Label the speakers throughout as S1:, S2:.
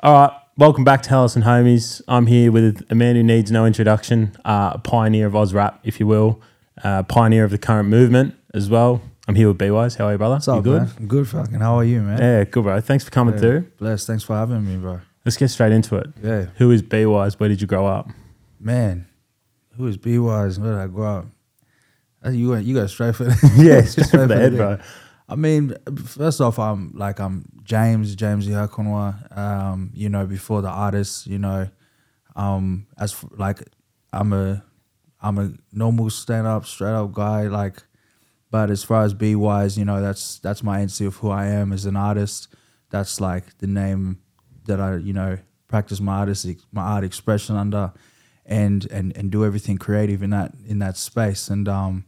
S1: All right, welcome back to Hellas and Homies. I'm here with a man who needs no introduction, uh, a pioneer of Oz rap, if you will, uh, pioneer of the current movement as well. I'm here with B-Wise. How are you, brother?
S2: What's up,
S1: you good?
S2: Man? Good fucking. How are you, man?
S1: Yeah, good, bro. Thanks for coming
S2: Yeah.
S1: through.
S2: Bless. Thanks for having me, bro.
S1: Let's get straight into it.
S2: Yeah,
S1: Who is B-Wise? Where did you grow up?
S2: man. Who is B Wise? Where did I grow up? Uh, You went. You got straight for the
S1: Yeah, straight for the head,
S2: thing.
S1: bro.
S2: I mean, first off, I'm like I'm James James Iakonwa. Um, you know, before the artist, you know, um, as f- like I'm a I'm a normal stand up, straight up guy. Like, but as far as B Wise, you know, that's that's my entity of who I am as an artist. That's like the name that I you know practice my artist my art expression under, and and and do everything creative in that in that space. And um,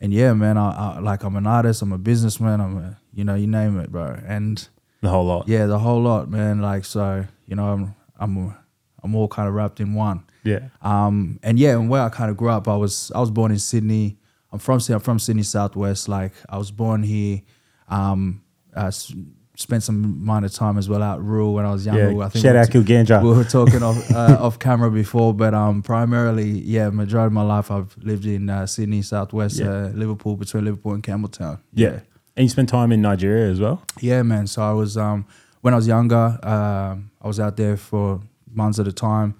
S2: and yeah, man, I, I like I'm an artist, I'm a businessman, I'm a you know you name it, bro. And
S1: The whole lot.
S2: yeah, the whole lot, man. Like so, you know, I'm I'm I'm all kind of wrapped in one.
S1: Yeah.
S2: Um, and yeah, and where I kind of grew up, I was I was born in Sydney. I'm from Syd- I'm from Sydney Southwest. Like I was born here. Um, I s- spent some amount of time as well out rural when I was younger.
S1: Yeah,
S2: I think
S1: shout
S2: we
S1: out Kilgandra.
S2: We were talking off uh, off camera before, but um, primarily, yeah, majority of my life I've lived in uh, Sydney Southwest,
S1: Yeah.
S2: uh, Liverpool, between Liverpool and Campbelltown.
S1: yeah. And you spent time in Nigeria as well?
S2: Yeah, man. So I was um when I was younger, um, I was out there for months at a time.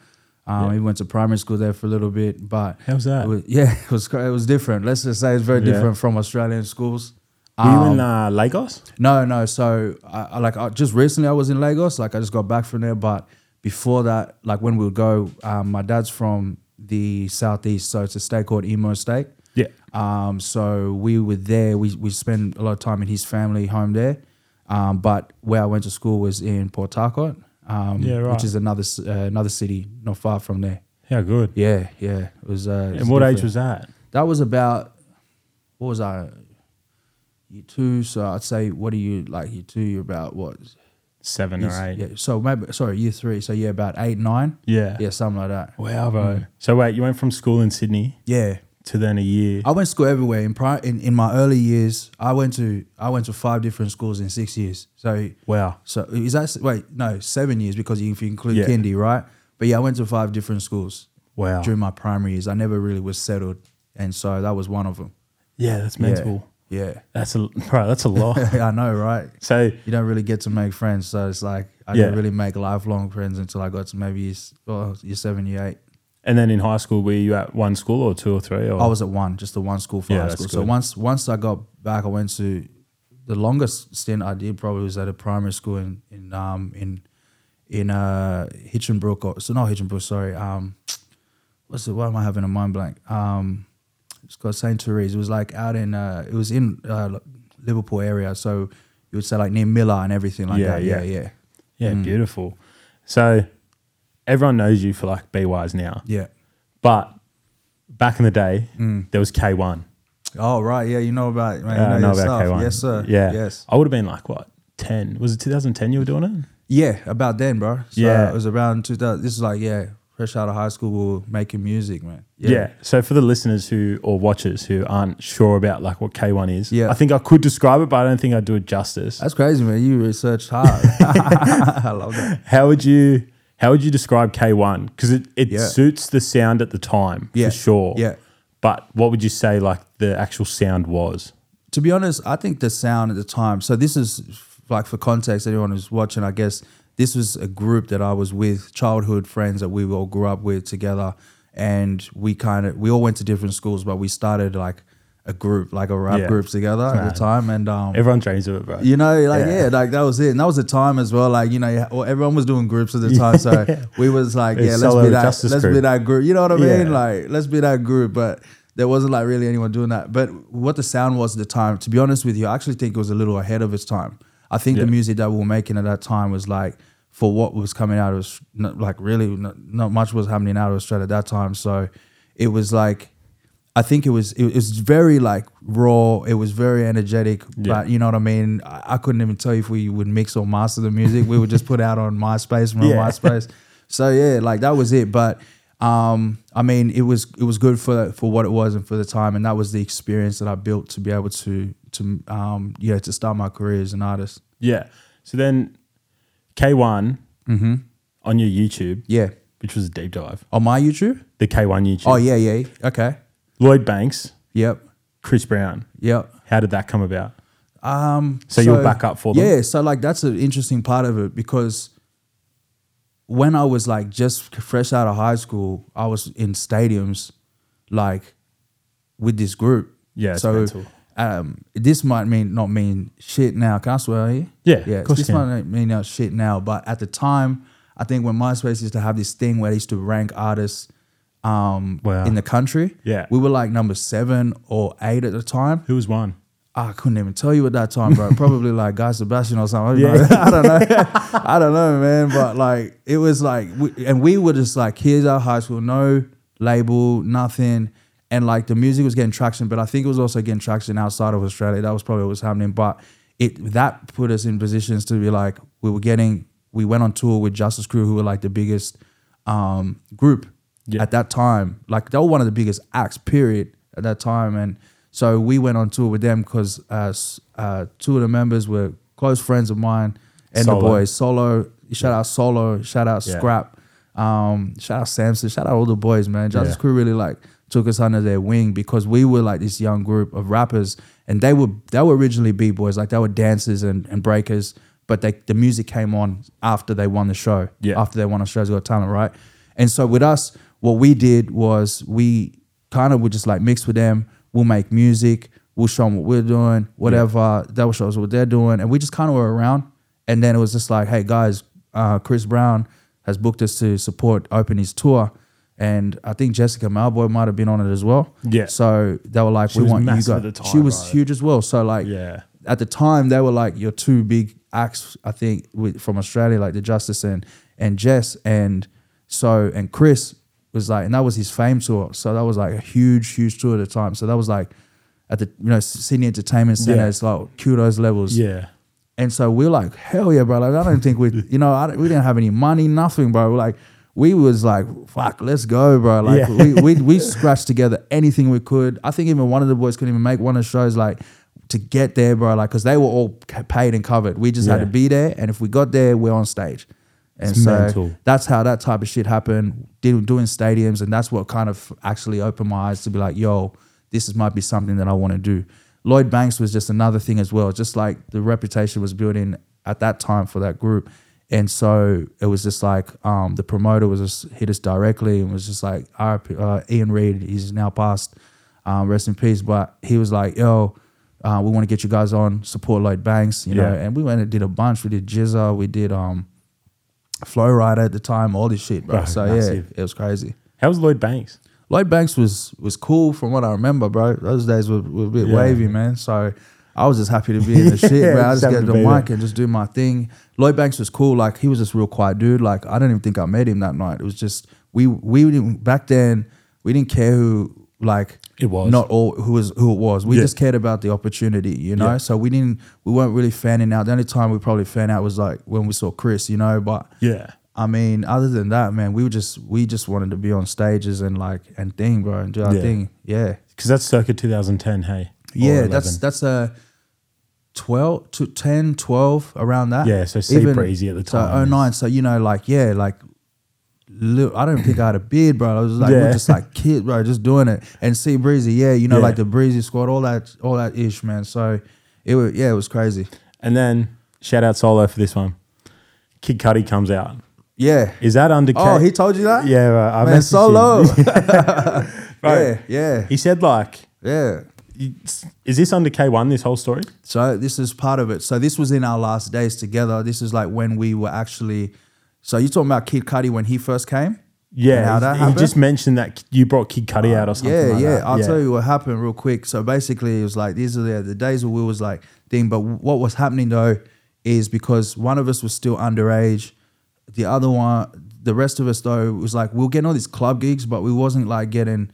S2: Um,
S1: Yeah.
S2: We went to primary school there for a little bit, but
S1: How's that?
S2: it was, yeah, it was cra- it was different. Let's just say it's very
S1: Yeah.
S2: different from Australian schools.
S1: Were you in
S2: Um,
S1: uh, Lagos?
S2: no, no. So I, I like I, just recently I was in Lagos. Like I just got back from there, but before that, like when we would go, um, my dad's from the southeast, so it's a state called Emo State.
S1: Yeah.
S2: Um, so we were there. We we spent a lot of time in his family home there. Um, but where I went to school was in Port Harcourt, um,
S1: Yeah, right.
S2: which is another c- uh, another city not far from there.
S1: How good.
S2: Yeah, yeah. It was. Uh, it
S1: and what age
S2: different.
S1: was that?
S2: that? Was about what was I? Year two. So I'd say, what are you like? Year two. You're about what?
S1: Seven
S2: Year-
S1: or eight.
S2: Yeah. So maybe sorry, year three. So yeah, about eight, nine.
S1: Yeah.
S2: Yeah, something like that.
S1: Wow, bro. So wait, you went from school in Sydney
S2: Yeah.
S1: to then a year.
S2: I went to school everywhere. In, pri- in in my early years, I went to I went to five different schools in six years. So
S1: Wow.
S2: so is that wait no seven years because if you include
S1: Yeah.
S2: kindy right? But yeah, I went to five different schools
S1: Wow.
S2: during my primary years. I never really was settled, and so that was one of them.
S1: Yeah, that's mental.
S2: Yeah,
S1: That's a bro. That's a lot.
S2: yeah. I know, right?
S1: so
S2: You don't really get to make friends, so it's like I
S1: Yeah.
S2: didn't really make lifelong friends until I got to maybe year, s- well, year seven, year eight.
S1: and then in high school, were you at one school or two or three? Or
S2: I was at one, just the one school for
S1: Yeah,
S2: high
S1: that's
S2: school. So
S1: good.
S2: once once I got back, I went to the longest stint I did probably was at a primary school in in um in in uh Hitchinbrook or so not Hitchinbrook, sorry. Um what's it why am I having a mind blank? Um it's called Saint Therese. It was like out in uh it was in uh, Liverpool area, so you would say like near Miller and everything like
S1: Yeah,
S2: that.
S1: yeah.
S2: Yeah, yeah.
S1: yeah,
S2: mm.
S1: beautiful. So everyone knows you for like B wise now,
S2: Yeah.
S1: but back in the day, there was K one.
S2: Oh right, yeah, you know about it, man. Mm. You
S1: I know
S2: know
S1: about
S2: yourself.
S1: K one.
S2: Yes, sir.
S1: Yeah.
S2: Yes.
S1: I would have been like what ten? Was it 2010 you were doing it?
S2: Yeah, about then, bro. So
S1: Yeah.
S2: it was around 2000. This is like, yeah, fresh out of high school, we were making music, man.
S1: Yeah. So for the listeners who or watchers who aren't sure about like what K one is,
S2: Yeah.
S1: I think I could describe it, but I don't think I'd do it justice.
S2: That's crazy, man. You researched hard. I love that.
S1: How would you how would you describe K one? Because it, it
S2: Yeah.
S1: suits the sound at the time
S2: Yeah.
S1: for sure.
S2: Yeah.
S1: But what would you say like the actual sound was?
S2: To be honest, I think the sound at the time, so this is f- like for context, anyone who's watching, I guess, this was a group that I was with, childhood friends that we all grew up with together. And we kind of, we all went to different schools, but we started like a group, like a rap
S1: Yeah.
S2: group together at
S1: Right.
S2: the time. And um,
S1: Everyone dreams of it, bro.
S2: You know, like
S1: Yeah.
S2: yeah. like that was it, and that was a time as well. Like you know, well, everyone was doing groups at the time, so we was like,
S1: It's
S2: yeah, let's
S1: solo
S2: be that,
S1: justice
S2: let's be
S1: group.
S2: that group. You know what I mean?
S1: Yeah.
S2: Like let's be that group. But there wasn't like really anyone doing that. But what the sound was at the time, to be honest with you, I actually think it was a little ahead of its time. I think
S1: Yeah.
S2: the music that we were making at that time was like for what was coming out of Aus- not, like really not, not much was happening out of Australia at that time. So it was like. I think it was it was very like raw. It was very energetic,
S1: Yeah.
S2: but you know what I mean? I, I couldn't even tell you if we would mix or master the music. We would just put out on MySpace, my
S1: Yeah.
S2: MySpace. So yeah, like that was it. But um, I mean, it was it was good for for what it was and for the time, and that was the experience that I built to be able to to um, yeah to start my career as an artist.
S1: Yeah. So then K one
S2: Mm-hmm.
S1: on your YouTube,
S2: Yeah.
S1: which was a deep dive,
S2: On my YouTube?
S1: the K1 YouTube.
S2: Oh yeah, yeah. Okay.
S1: Lloyd Banks,
S2: Yep.
S1: Chris Brown.
S2: Yep.
S1: How did that come about?
S2: Um,
S1: So you'll back up for them?
S2: Yeah, so like that's an interesting part of it because when I was like just fresh out of high school, I was in stadiums like with this group.
S1: Yeah, it's
S2: so
S1: mental.
S2: um, this might mean not mean shit now. Can I swear here?
S1: Yeah,
S2: yeah.
S1: of course
S2: this
S1: you can.
S2: might not mean not shit now, but at the time, I think when MySpace used to have this thing where they used to rank artists um,
S1: Wow.
S2: in the country,
S1: Yeah.
S2: we were like number seven or eight at the time.
S1: Who was one?
S2: I couldn't even tell you at that time, bro. Probably like Guy Sebastian or something. I don't know. I don't know. I don't know, man. But like, it was like, we, and we were just like kids out of high school, no label, nothing. And like the music was getting traction, but I think it was also getting traction outside of Australia. That was probably what was happening. But it that put us in positions to be like, we were getting, we went on tour with Justice Crew, who were like the biggest um, group
S1: Yeah.
S2: at that time. Like they were one of the biggest acts, period, at that time. And so we went on tour with them because uh, s- uh, two of the members were close friends of mine and
S1: Solo.
S2: the boys. Solo, shout out Solo, shout out
S1: Yeah.
S2: Scrap, um, shout out Samson, shout out all the boys, man. Justice
S1: Yeah.
S2: Crew really like took us under their wing because we were like this young group of rappers and they were they were originally b boys, like they were dancers and, and breakers, but they the music came on after they won the show
S1: Yeah.
S2: after they won Australia's Got Talent, right? And so with us, what we did was we kind of would just like mix with them. We'll make music. We'll show them what we're doing, whatever. They will show us what they're doing, and we just kind of were around. And then it was just like, hey guys, uh, Chris Brown has booked us to support open his tour, and I think Jessica Malboy might have been on it as well.
S1: Yeah.
S2: So they were like,
S1: She
S2: we
S1: was
S2: want you guys.
S1: massive at the
S2: she
S1: time,
S2: was
S1: right?
S2: huge as well. So like,
S1: Yeah.
S2: at the time they were like your two big acts i think with, from australia like the justice and and jess and so and chris was like and that was his fame tour so that was like a huge huge tour at the time so that was like at the you know sydney entertainment center
S1: Yeah.
S2: it's like kudos levels
S1: Yeah.
S2: and so we are like, hell yeah, bro. Like, I don't think we, you know, I, don't- we didn't have any money, nothing, bro. We're like, we was like, fuck, let's go, bro. Like,
S1: Yeah.
S2: we, we, we scratched together anything we could. I think even one of the boys couldn't even make one of the shows, like, to get there, bro. Like, cause they were all ca- paid and covered. We just had
S1: Yeah.
S2: to be there. And if we got there, we're on stage. And
S1: It's
S2: so
S1: mental.
S2: that's how that type of shit happened. Did, doing stadiums, and that's what kind of actually opened my eyes to be like, yo, this is, might be something that I want to do. Lloyd Banks was just another thing as well. Just like the reputation was building at that time for that group, and so it was just like um, the promoter was just hit us directly and was just like, RIP, uh, Ian Reed, he's now passed, um, rest in peace. But he was like, yo. Uh, we want to get you guys on support Lloyd Banks, you know,
S1: Yeah.
S2: and we went and did a bunch. We did Jizza, we did um, Flow Rider at the time, all this shit, bro.
S1: Bro,
S2: so
S1: massive.
S2: yeah, it was crazy.
S1: How was Lloyd Banks?
S2: Lloyd Banks was was cool from what I remember, bro. Those days were, were a bit
S1: Yeah.
S2: wavy, man. So I was just happy to be in the shit, bro. I
S1: just
S2: just
S1: happy
S2: get
S1: to
S2: the
S1: be
S2: mic
S1: there.
S2: and just do my thing. Lloyd Banks was cool. Like he was just real quiet dude. Like I don't even think I met him that night. It was just we we didn't back then. We didn't care who like
S1: It was.
S2: not all who was who it was. We
S1: Yeah.
S2: just cared about the opportunity, you know.
S1: Yeah.
S2: So we didn't we weren't really fanning out. The only time we probably fan out was like when we saw Chris, you know. But
S1: Yeah.
S2: I mean, other than that, man, we were just we just wanted to be on stages and like and thing, bro, and do our
S1: Yeah.
S2: thing. Yeah,
S1: Because that's circa 2010, hey? Or
S2: yeah.
S1: 11.
S2: That's that's a 12 to 10, 12 around that.
S1: Yeah, so Sea Breezy at the time
S2: So
S1: is-
S2: 09, so you know, like yeah, like. li- I don't think I had a beard, bro. I was just like,
S1: Yeah.
S2: we're just like kid, bro, just doing it. And see breezy, yeah, you know,
S1: Yeah.
S2: like the breezy squad, all that, all that ish, man. So it was, yeah, it was crazy.
S1: And then shout out Solo for this one. Kid Cudi comes out.
S2: Yeah.
S1: Is that under?
S2: Oh, he told you that?
S1: Yeah, right. I
S2: man,
S1: messaged
S2: solo.
S1: him.
S2: yeah, yeah,
S1: He said like,
S2: yeah.
S1: "Is this under K one? This whole story?"
S2: So this is part of it. So this was in our last days together. This is like when we were actually. So you're talking about Kid Cudi when he first came? And how
S1: Yeah,
S2: that
S1: he- he
S2: happened?
S1: just mentioned that you brought Kid Cudi out or something.
S2: yeah,
S1: like
S2: yeah.
S1: that.
S2: I'll tell you what happened real quick. So basically, it was like these are the, the days where we was like thing. But what was happening though is because one of us was still underage, the other one, the rest of us though was like we were getting all these club gigs, but we wasn't like getting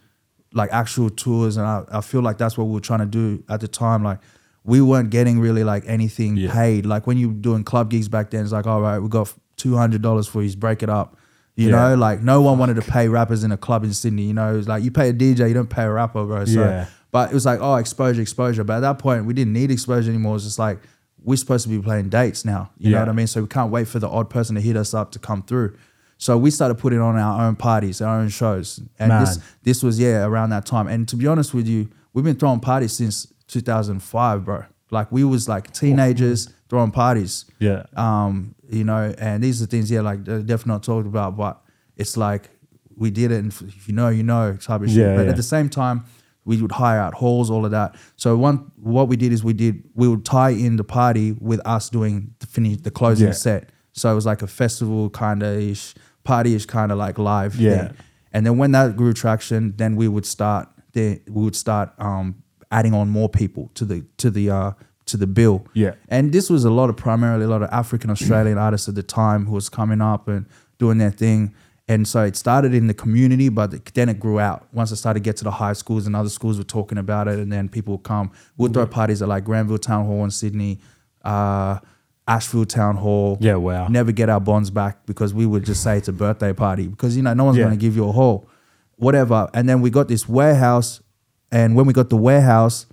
S2: like actual tours. And I, I feel like that's what we were trying to do at the time. Like we weren't getting really like anything
S1: Yeah.
S2: paid. Like when you were doing club gigs back then, it's like all right, we got two hundred dollars for you. just Break it up. You
S1: Yeah.
S2: know, like no one wanted to pay rappers in a club in Sydney. You know, it was like you pay a DJ, you don't pay a rapper, bro. So,
S1: Yeah.
S2: but it was like, oh, exposure, exposure. But at that point, we didn't need exposure anymore. It was just like we're supposed to be playing dates now. You know
S1: Yeah.
S2: what I mean? So we can't wait for the odd person to hit us up to come through. So we started putting on our own parties, our own shows, and this
S1: Mad.
S2: this was yeah around that time. And to be honest with you, we've been throwing parties since 2005, bro. Like we was like teenagers throwing parties.
S1: Yeah.
S2: Um, you know, and these are things yeah like they're definitely not talked about, but it's like we did it, and if you know, you know, type of shit.
S1: Yeah,
S2: but
S1: yeah.
S2: at the same time, we would hire out halls, all of that. So one, what we did is we did we would tie in the party with us doing the finish the closing
S1: Yeah.
S2: set. So it was like a festival kind of ish, party ish kind of like live.
S1: Yeah.
S2: thing. And then when that grew traction, then we would start then we would start um, adding on more people to the to the uh, to the bill.
S1: Yeah. Mm.
S2: And this was a lot of primarily a lot of African Australian artists at the time who was coming up and doing their thing. And so it started in the community, but it- then it grew out. Once it started to get to the high schools and other schools were talking about it, and then people would come. We'd
S1: Mm-hmm.
S2: throw parties at like Granville Town Hall in Sydney, uh, Asheville Town Hall.
S1: Yeah, wow.
S2: Never get our bonds back because we would just say it's a birthday party because you know no one's
S1: Yeah.
S2: going to give you a haul, whatever. And then we got this warehouse, and when we got the warehouse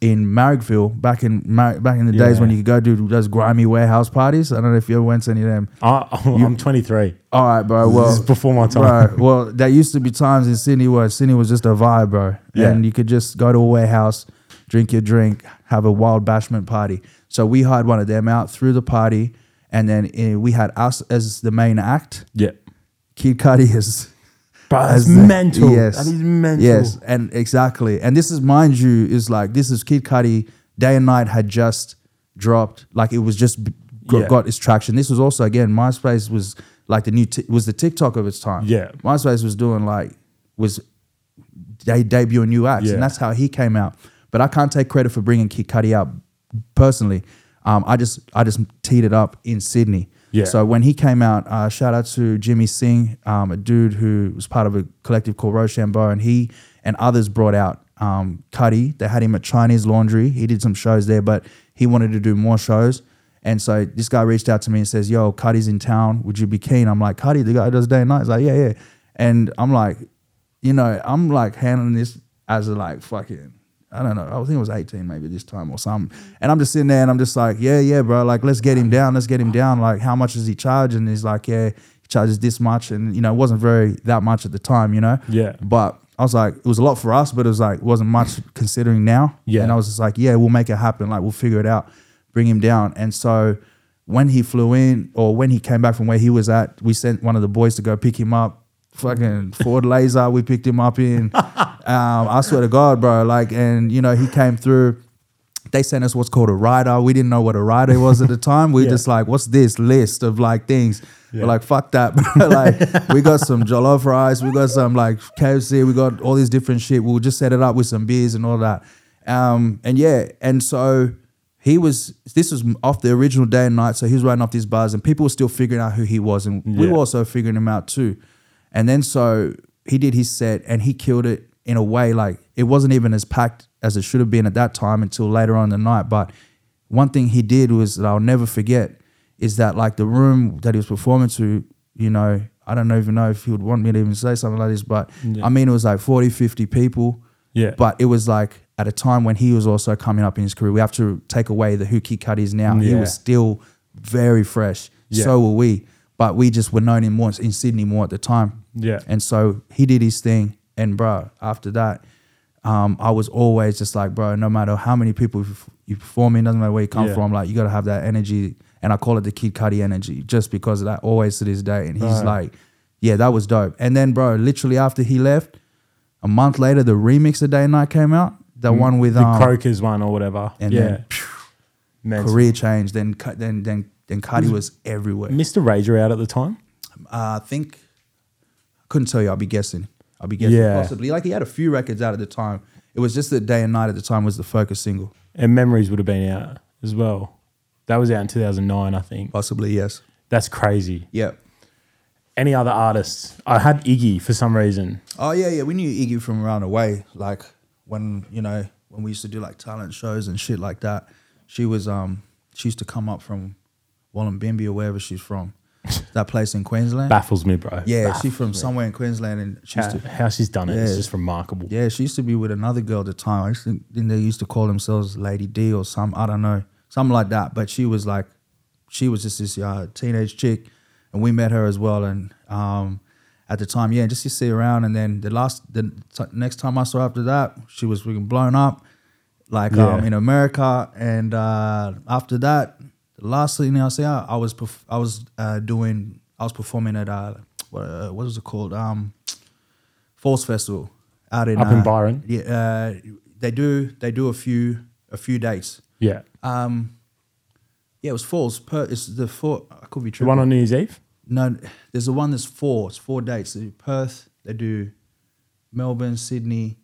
S2: in Marrickville back in Mar- back in the days when
S1: Yeah.
S2: you could go do those grimy warehouse parties. I don't know if you ever went to any of them.
S1: I, I'm 23.
S2: All right, bro. Well,
S1: is before my time.
S2: Bro, well, there used to be times in Sydney where Sydney was just a vibe, bro.
S1: Yeah.
S2: And you could just go to a warehouse, drink your drink, have a wild bashment party. So we hired one of them out through the party, and then eh, we had us as the main act.
S1: Yeah.
S2: Kid Cudi is.
S1: Bro, that's
S2: the-
S1: mental. That is mental.
S2: Yes, and exactly. And this is, mind you, is like this is Kid Cudi. Day and Night had just dropped. Like it was just b- got,
S1: Yeah.
S2: got its traction. This was also again MySpace was like the new t- was the TikTok of its time.
S1: Yeah.
S2: MySpace was doing like was they debuting new acts,
S1: Yeah.
S2: and that's how he came out. But I can't take credit for bringing Kid Cudi out personally. Um, I just I just teed it up in Sydney.
S1: Yeah.
S2: So when he came out, uh, shout out to Jimmy Singh, um, a dude who was part of a collective called Rochambeau, and he and others brought out um, Cuddy. They had him at Chinese Laundry. He did some shows there, but he wanted to do more shows. And so this guy reached out to me and says, "Yo, Cuddy's in town. Would you be keen?" I'm like, "Cuddy, the guy who does day and night." He's like, "Yeah, yeah." And I'm like, you know, I'm like handling this as a like fucking, I don't know. I think it was 18 maybe this time or something. And I'm just sitting there and I'm just like, yeah, yeah, bro. Like, let's get him down. Let's get him down. Like, how much does he charge? And he's like, yeah, he charges this much. And, you know, it wasn't very that much at the time, you know?
S1: Yeah.
S2: But I was like, it was a lot for us, but it was like, wasn't much considering now.
S1: Yeah.
S2: And I was just like, yeah, we'll make it happen. Like, we'll figure it out, bring him down. And so when he flew in or when he came back from where he was at, we sent one of the boys to go pick him up. Fucking Ford Laser, we picked him up in. Um, I swear to God, bro. Like, and you know, he came through. They sent us what's called a rider. We didn't know what a rider was at the time. We
S1: Yeah.
S2: just like, what's this list of like things? We're
S1: Yeah.
S2: like, fuck that. bro. like, we got some jollof rice, we got some like KFC, we got all these different shit. We'll just set it up with some beers and all that. Um, and yeah, and so he was. This was off the original day and night, so he was riding off these bars, and people were still figuring out who he was, and we
S1: Yeah.
S2: were also figuring him out too. And then so he did his set, and he killed it in a way like it wasn't even as packed as it should have been at that time until later on in the night, but one thing he did was that I'll never forget is that like the room that he was performing to, you know, I don't even know if he would want me to even say something like this, but
S1: Yeah.
S2: I mean, it was like 40, 50 people.
S1: Yeah.
S2: But it was like at a time when he was also coming up in his career. We have to take away the who Kid Cudi is now. He
S1: Yeah.
S2: was still very fresh.
S1: Yeah.
S2: So were we. But we just were known in more in Sydney more at the time.
S1: Yeah.
S2: And so he did his thing. And bro, after that, um, I was always just like, bro, no matter how many people you perform in, doesn't matter where you come
S1: Yeah.
S2: from, like you gotta have that energy. And I call it the Kid Cudi energy, just because of that, always to this day. And he's
S1: Right.
S2: like, yeah, that was dope. And then, bro, literally after he left, a month later, the remix of Day and Night came out. The one with
S1: Mm. the
S2: um,
S1: Croakers one or whatever.
S2: and
S1: yeah.
S2: then
S1: Mental.
S2: career change. Then, Cu- then, then, then Cudi was everywhere.
S1: Mr. Rager out at the time.
S2: Uh, I think I couldn't tell you. I'll be guessing. I'll be guessing
S1: Yeah.
S2: possibly. Like he had a few records out at the time. It was just that day and night at the time was the focus single.
S1: And Memories would have been out as well. That was out in 2009, I think.
S2: Possibly yes.
S1: That's crazy.
S2: Yeah.
S1: Any other artists? I had Iggy for some reason.
S2: Oh yeah, yeah. We knew Iggy from around the way. Like when you know when we used to do like talent shows and shit like that. She was um she used to come up from Wollongabimby or wherever she's from. that place in Queensland.
S1: Baffles me, bro.
S2: yeah,
S1: Baff-
S2: she from somewhere in Queensland and she used
S1: how,
S2: to
S1: how she's done it. It's
S2: Yeah.
S1: just remarkable.
S2: Yeah, she used to be with another girl at the time. I used to, then they used to call themselves Lady D or some. I don't know. something like that. But she was like, she was just this uh, teenage chick, and we met her as well. And um, at the time, yeah, just to see her around. And then the last, the t- next time I saw her after that, she was freaking blown up, like um,
S1: Yeah.
S2: in America. And uh, after that, the last thing I see her, I was perf- I was uh, doing, I was performing at uh, what, uh, what was it called? Um, Falls Festival out in
S1: Up in
S2: uh,
S1: Byron?
S2: Yeah, uh, they do they do a few a few dates.
S1: Yeah.
S2: Um, yeah, it was Falls. Per, it's the four. I could be
S1: The
S2: tripping.
S1: one on New Year's Eve?
S2: No, there's the one that's four. It's four dates. They do Perth. They do Melbourne, Sydney.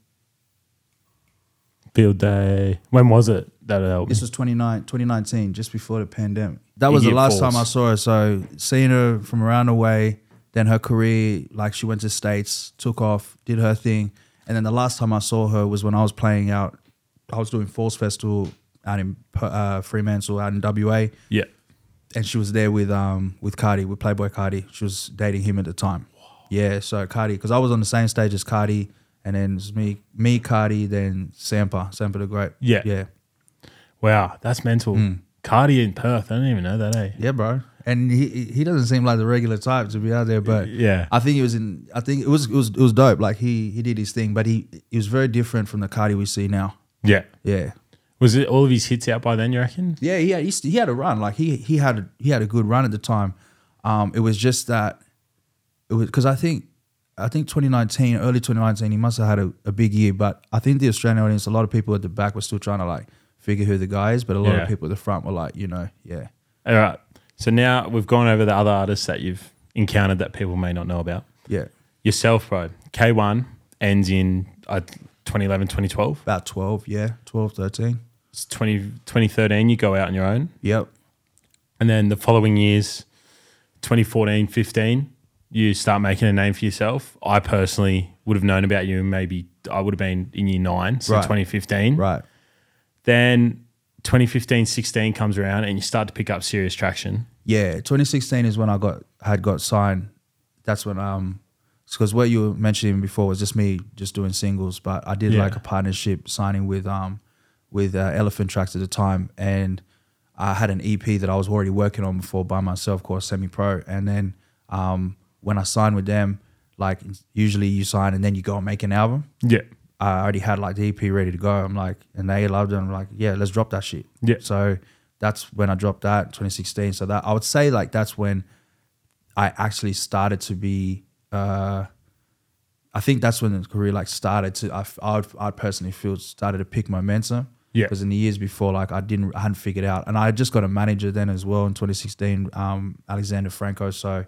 S1: Field Day. When was it that uh, album?
S2: This was 29, 2019, just before the pandemic. That was the
S1: Idiot
S2: last time I
S1: Falls.
S2: saw her. So seeing her from around the way, then her career, like she went to states, took off, did her thing, and then the last time I saw her was when I was playing out. I was doing Falls Festival out in Per- uh, Fremantle, out in WA.
S1: yeah.
S2: and she was there with um with Cardi, with Playboy Cardi. She was dating him at the time. Yeah, so Cardi, because I was on the same stage as Cardi, and then it was me, me, Cardi, then Sampa, Sampa the Great.
S1: Yeah.
S2: yeah,
S1: Wow, that's mental.
S2: Hmm.
S1: Cardi in Perth. I don't even know that, eh?
S2: yeah, bro. And he he- he doesn't seem like the regular type to be out there, but
S1: Yeah.
S2: I think it was in. I think it was it was it was dope. Like he he did his thing, but he he was very different from the Cardi we see now.
S1: Yeah.
S2: Yeah,
S1: Was it all of his hits out by then, you reckon?
S2: Yeah, he had, he, st- he had a run. Like he he had a, he had a good run at the time. Um, it was just that it was because I think I think 2019, early 2019, he must have had a, a big year. But I think the Australian audience, a lot of people at the back were still trying to like figure who the guy is, but a lot
S1: Yeah.
S2: of people at the front were like, you know, yeah,
S1: All right. So now we've gone over the other artists that you've encountered that people may not know about.
S2: yeah,
S1: Yourself, bro. K1 ends in uh, 2011, 2012.
S2: about 12, yeah, 12, 13.
S1: It's 20, 2013, you go out on your own.
S2: Yep,
S1: And then the following years, 2014, 15, you start making a name for yourself. I personally would have known about you maybe I would have been in year nine, so
S2: Right.
S1: 2015.
S2: right,
S1: Then 2015, 16 comes around and you start to pick up serious traction.
S2: yeah. 2016 is when I got had got signed. That's when um. Because what you were mentioning before was just me just doing singles, but I did
S1: Yeah.
S2: like a partnership signing with um with uh, Elephant Tracks at the time, and I had an EP that I was already working on before by myself called Semi Pro, and then um when I signed with them, like usually you sign and then you go and make an album.
S1: Yeah.
S2: I already had like the EP ready to go. I'm like, and they loved it. I'm like, yeah, let's drop that shit.
S1: Yeah.
S2: So that's when I dropped that 2016. So that I would say like that's when I actually started to be. uh I think that's when the career like started to. I f- I would, I'd personally feel started to pick momentum.
S1: Yeah.
S2: Because in the years before, like I didn't, I hadn't figured out, and I had just got a manager then as well in 2016, um, Alexander Franco. So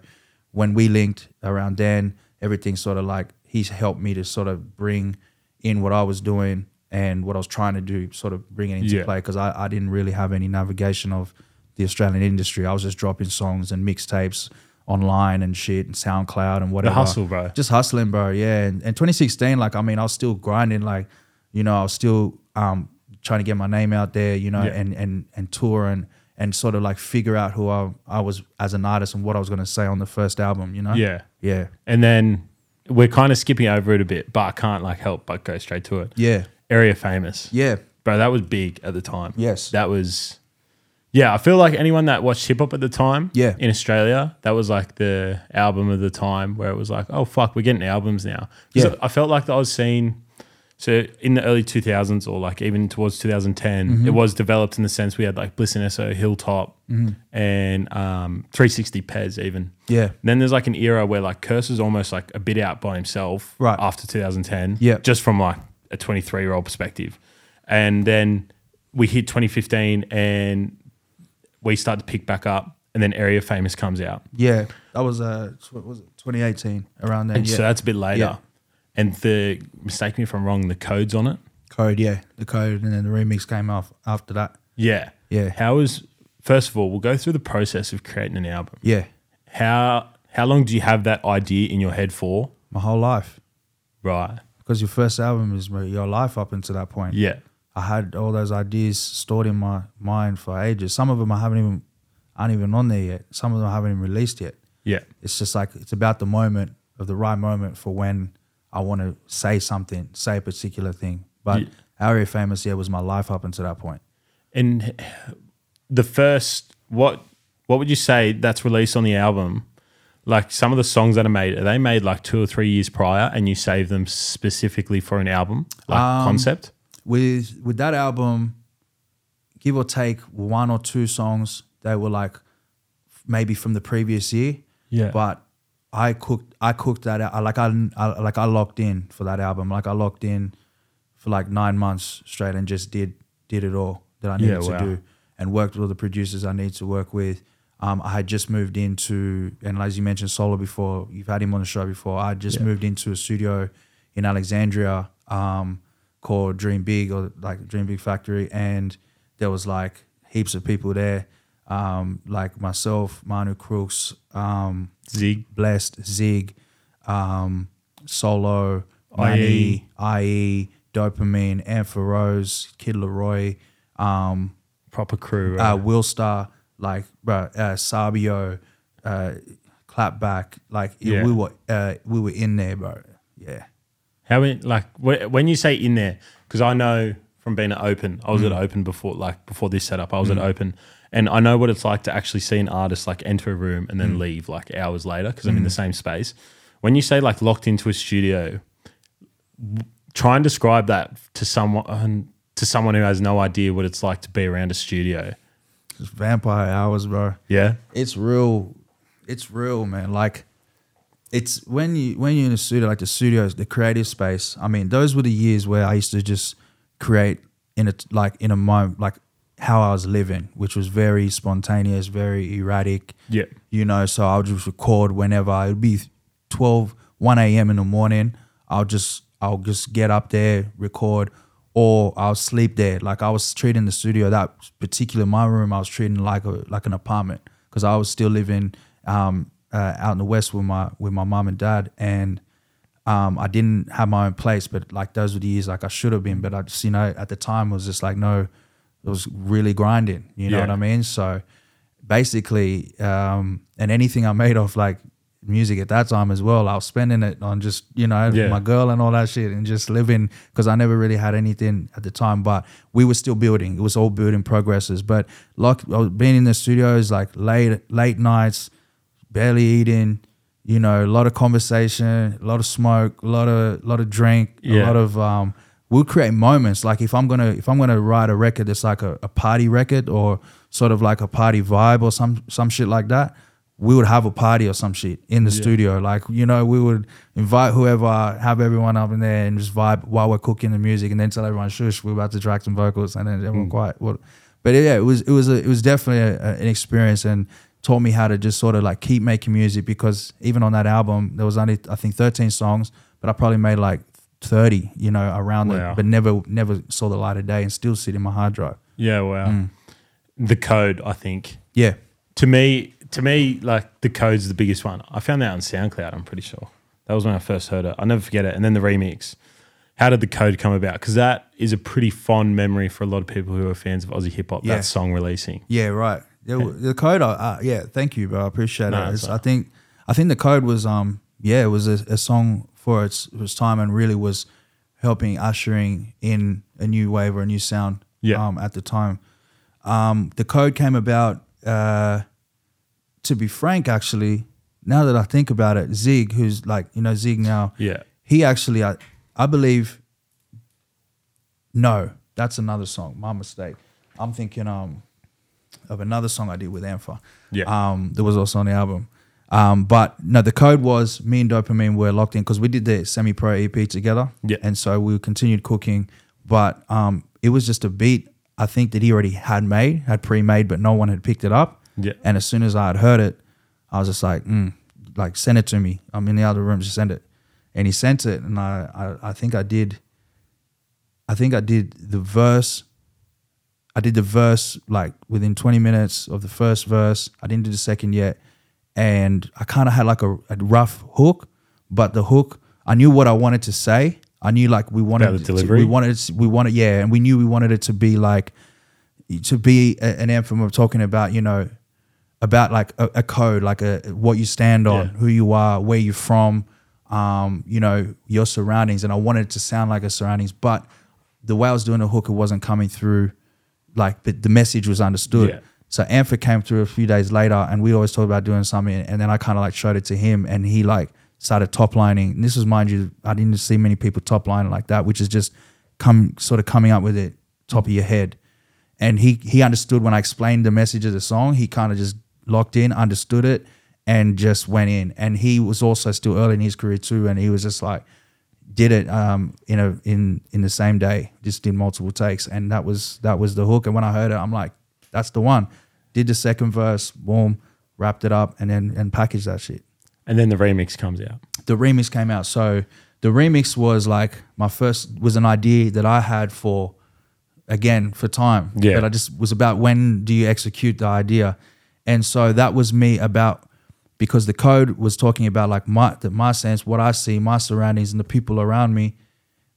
S2: when we linked around then, everything sort of like he's helped me to sort of bring in what I was doing and what I was trying to do, sort of bring it into
S1: Yeah.
S2: play because I, I didn't really have any navigation of the Australian industry. I was just dropping songs and mixtapes online and shit and SoundCloud and whatever.
S1: hustle, bro.
S2: Just hustling, bro. Yeah. And, and 2016, like, I mean, I was still grinding. Like, you know, I was still um, trying to get my name out there, you know,
S1: Yeah.
S2: and, and, and tour and, and sort of like figure out who I, I was as an artist and what I was going to say on the first album, you know?
S1: Yeah.
S2: Yeah.
S1: And then we're kind of skipping over it a bit, but I can't like help but go straight to it.
S2: Yeah.
S1: Area Famous.
S2: Yeah.
S1: Bro, that was big at the time.
S2: Yes.
S1: That was, yeah, I feel like anyone that watched hip hop at the time
S2: Yeah.
S1: in Australia, that was like the album of the time where it was like, oh, fuck, we're getting albums now. 'Cause
S2: Yeah.
S1: I felt like that I was seeing, so in the early 2000s or like even towards 2010,
S2: Mm-hmm.
S1: it was developed in the sense we had like Bliss and SO, Hilltop, and um, 360 Pez even.
S2: Mm-hmm. Yeah.
S1: Then there's like an era where like Curse is almost like a bit out by himself
S2: Right.
S1: after 2010.
S2: Yeah.
S1: Just from like a 23 year old perspective. And then we hit 2015 and we start to pick back up. And then Area Famous comes out.
S2: Yeah. That was, uh, tw- what was it 2018 around then?
S1: And
S2: Yeah.
S1: so that's a bit later.
S2: Yeah.
S1: And the, mistake me if I'm wrong, the code's on it.
S2: code. Yeah. The code. And then the remix came off after that.
S1: Yeah.
S2: Yeah.
S1: How is, first of all, we'll go through the process of creating an album.
S2: Yeah.
S1: How, how long do you have that idea in your head for?
S2: My whole life.
S1: Right.
S2: because your first album is my- your life up until that point.
S1: Yeah.
S2: I had all those ideas stored in my mind for ages. Some of them I haven't even aren't even on there yet. Some of them I haven't even released yet.
S1: Yeah.
S2: It's just like it's about the moment of the right moment for when I want to say something, say a particular thing. But
S1: Yeah.
S2: Area Famous yeah was my life up until that point.
S1: And the first what what would you say that's released on the album? Like some of the songs that are made, are they made like two or three years prior, and you save them specifically for an album like
S2: Um,
S1: concept?
S2: with with that album, give or take one or two songs, they were like maybe from the previous year.
S1: Yeah.
S2: But I cooked I cooked that out. I- Like I, I like I locked in for that album. Like I locked in for like nine months straight and just did did it all that I needed to
S1: wow.
S2: do and worked with all the producers I need to work with. Um, I had just moved into and as you mentioned Solo before, you've had him on the show before. I just moved into a studio in Alexandria um, called Dream Big or like Dream Big Factory, and there was like heaps of people there, um, like myself, Manu Crooks, um,
S1: Zig.
S2: Blessed, Zig, um, Solo,
S1: IE.
S2: IE, IE, E, Dopamine, Ampha Rose, Kid Leroy, um,
S1: Proper crew. Right?
S2: uh, Will Star, like bro, uh, Sabio, uh, Clapback, like
S1: Yeah.
S2: we were uh, we were in there, bro. Yeah,
S1: How many, like wh- when you say in there? Because I know from being at Open, I was at Open before, like before this setup, I was at Open, and I know what it's like to actually see an artist like enter a room and then leave like hours later because I'm in the same space. When you say like locked into a studio, w- try and describe that to someone to someone who has no idea what it's like to be around a studio.
S2: Just vampire hours, bro.
S1: Yeah,
S2: it's real it's real man like it's when you when you're in a studio like the studios the creative space i mean those were the years where i used to just create in a like in a moment like how i was living which was very spontaneous very erratic
S1: Yeah.
S2: you know so i'll just record whenever it'd be 12 1 a.m in the morning i'll just i'll just get up there record or i'll sleep there like i was treating the studio that particular my room i was treating like a like an apartment because i was still living um uh, out in the west with my with my mom and dad and um, I didn't have my own place, but like those were the years like I should have been. But I just, you know, at the time was just like, no, it was really grinding. You know
S1: Yeah.
S2: what I mean? So basically, um, and anything I made off like music at that time as well, I was spending it on just, you know,
S1: Yeah.
S2: my girl and all that shit and just living because I never really had anything at the time. But we were still building. It was all building progresses. But like I was being in the studios like late late nights, barely eating. You know, a lot of conversation, a lot of smoke, a lot of lot of drink,
S1: Yeah.
S2: a lot of um. We'll create moments like if I'm gonna if I'm gonna write a record that's like a, a party record or sort of like a party vibe or some some shit like that. We would have a party or some shit in the studio. Like you know, we would invite whoever, have everyone up in there, and just vibe while we're cooking the music, and then tell everyone, "Shush, we're about to track some vocals," and then everyone quiet. What? But yeah, it was it was a, it was definitely a, a- an experience and taught me how to just sort of like keep making music because even on that album there was only I think 13 songs, but I probably made like 30, you know, around
S1: Wow.
S2: it, but never never saw the light of day and still sit in my hard drive.
S1: yeah, wow. The code, I think,
S2: Yeah.
S1: to me, to me, like the code's the biggest one. I found that on SoundCloud. I'm pretty sure that was when I first heard it. I will never forget it. And then the remix. How did the code come about? Because that is a pretty fond memory for a lot of people who are fans of Aussie hip hop.
S2: Yeah.
S1: That song releasing.
S2: Yeah, right. The, the code, I- uh, yeah, thank you, bro. I appreciate
S1: No,
S2: it.
S1: it's
S2: It's, I think, I think the code was, um, yeah, it was a, a song for its, its time and really was helping ushering in a new wave or a new sound.
S1: Yeah.
S2: Um, at the time, um, the code came about. Uh, to be frank, actually, now that I think about it, Zig, who's like you know Zig now,
S1: Yeah.
S2: he actually, I, I believe no, that's another song. My mistake. I'm thinking um of another song I did with Ampha.
S1: Yeah.
S2: Um, that was also on the album. Um, but no, the code was me and Dopamine were locked in because we did the semi pro EP together.
S1: Yeah.
S2: And so we continued cooking, but um, it was just a beat I think that he already had made, had pre made, but no one had picked it up.
S1: Yeah.
S2: And as soon as I had heard it, I was just like, mm, like send it to me. I'm in the other room, just send it. And he sent it, and I, I, I think I did. I think I did the verse. I did the verse like within 20 minutes of the first verse. I didn't do the second yet. And I kind of had like a, a rough hook, but the hook, I knew what I wanted to say. I knew like we wanted
S1: About the
S2: it to-
S1: delivery?
S2: we wanted it to- we wanted yeah, and we knew we wanted it to be like to be a- an anthem of talking about, you know, about like a, a code, like a what you stand on,
S1: Yeah.
S2: who you are, where you're from, um, you know, your surroundings. And I wanted it to sound like a surroundings, but the way I was doing the hook, it wasn't coming through. Like, but the message was understood.
S1: Yeah.
S2: So Amphit came through a few days later, and we always talked about doing something. And then I kind of like showed it to him, and he like started top lining. And this was, mind you, I didn't see many people top lining like that, which is just come sort of coming up with it top of your head. And he he understood when I explained the message of the song. He kind of just locked in, understood it, and just went in. And he was also still early in his career too, and he was just like did it um in a in in the same day just did multiple takes and that was that was the hook and when i heard it i'm like that's the one did the second verse boom wrapped it up and then and packaged that shit
S1: And then the remix comes out.
S2: the remix came out. So the remix was like my first was an idea that I had for again for time.
S1: Yeah.
S2: But I just was about when do you execute the idea? And so that was me about because the code was talking about like my that my sense, what I see, my surroundings and the people around me.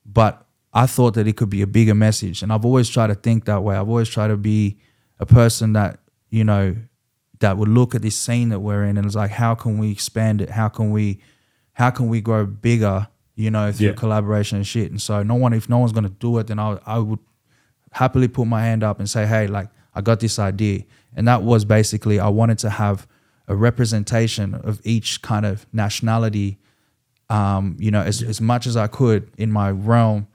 S2: But I thought that it could be a bigger message. And I've always tried to think that way. I've always tried to be a person that, you know, that would look at this scene that we're in and it's like, how can we expand it? How can we how can we grow bigger, you know, through
S1: Yeah.
S2: collaboration and shit? And so no one if no one's gonna do it, then I I would happily put my hand up and say, hey, like I got this idea. And that was basically I wanted to have a representation of each kind of nationality, um, you know, as, as much as I could in my realm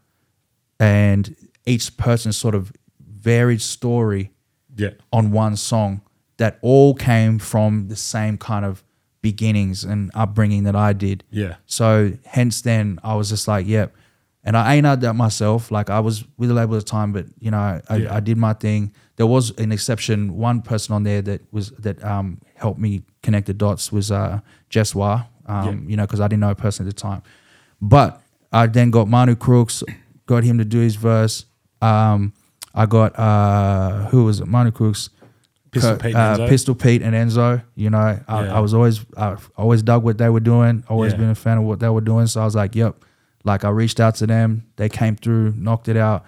S2: and each person's sort of varied story
S1: Yeah.
S2: on one song that all came from the same kind of beginnings and upbringing that I did.
S1: Yeah.
S2: So hence then I was just like, yep. And I ain't out that myself. Like I was with the label at the time, but you know, I,
S1: Yeah.
S2: I did my thing. There was an exception, one person on there that was that um helped me connect the dots was uh Jess Wah. Um, you know, because I didn't know her personally at the time. But I then got Manu Crooks, got him to do his verse. Um I got uh who was it? Manu Crooks.
S1: Pistol
S2: Co-
S1: Pete
S2: uh,
S1: and Enzo.
S2: Pistol Pete and Enzo. You know, I,
S1: Yeah.
S2: I was always I always dug what they were doing. Always
S1: Yeah.
S2: been a fan of what they were doing. So I was like, yep. Like I reached out to them. They came through, knocked it out.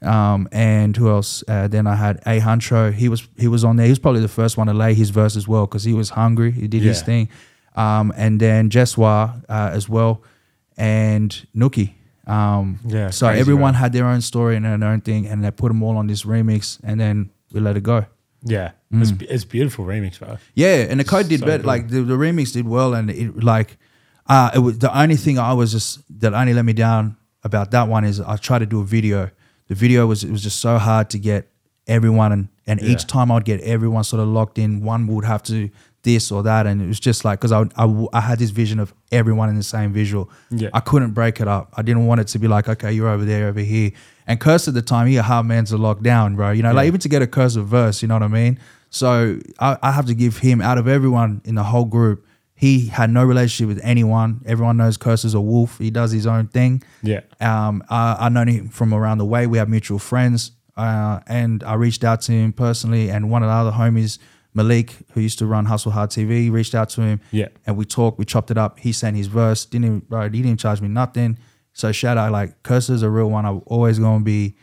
S2: Um, and who else? Uh, then I had A Huncho. He was he was on there. He was probably the first one to lay his verse as well because he was hungry. He did his
S1: Yeah.
S2: thing. Um, and then Jeswa uh, as well, and Nookie. Um,
S1: Yeah,
S2: So
S1: crazy,
S2: everyone had their own story and their own thing, and they put them all on this remix, and then we let it go.
S1: Yeah. It's, it's beautiful remix, bro.
S2: Yeah, and the code did
S1: So
S2: better.
S1: good.
S2: Like the, the remix did well, and it like uh, it was the only thing I was just that only let me down about that one is I tried to do a video. The video was it was just so hard to get everyone, and and each
S1: Yeah.
S2: time I'd get everyone sort of locked in. One would have to this or that, and it was just like because I, would- I w- I had this vision of everyone in the same visual.
S1: Yeah.
S2: I couldn't break it up. I didn't want it to be like okay, you're over there, over here. And curse at the time, he a hard man to lock down, bro. You know, like even to get a curse of verse, you know what I mean. So I, I have to give him out of everyone in the whole group. He had no relationship with anyone. Everyone knows Curse is a wolf. He does his own thing.
S1: Yeah.
S2: Um, I, I known him from around the way. We have mutual friends, uh, and I reached out to him personally. And one of the other homies, Malik, who used to run Hustle Hard TV, reached out to him.
S1: Yeah.
S2: and we talked. We chopped it up. He sent his verse. Didn't even, bro, he didn't even charge me nothing. So shout out, like Curse is a real one. I'm always gonna be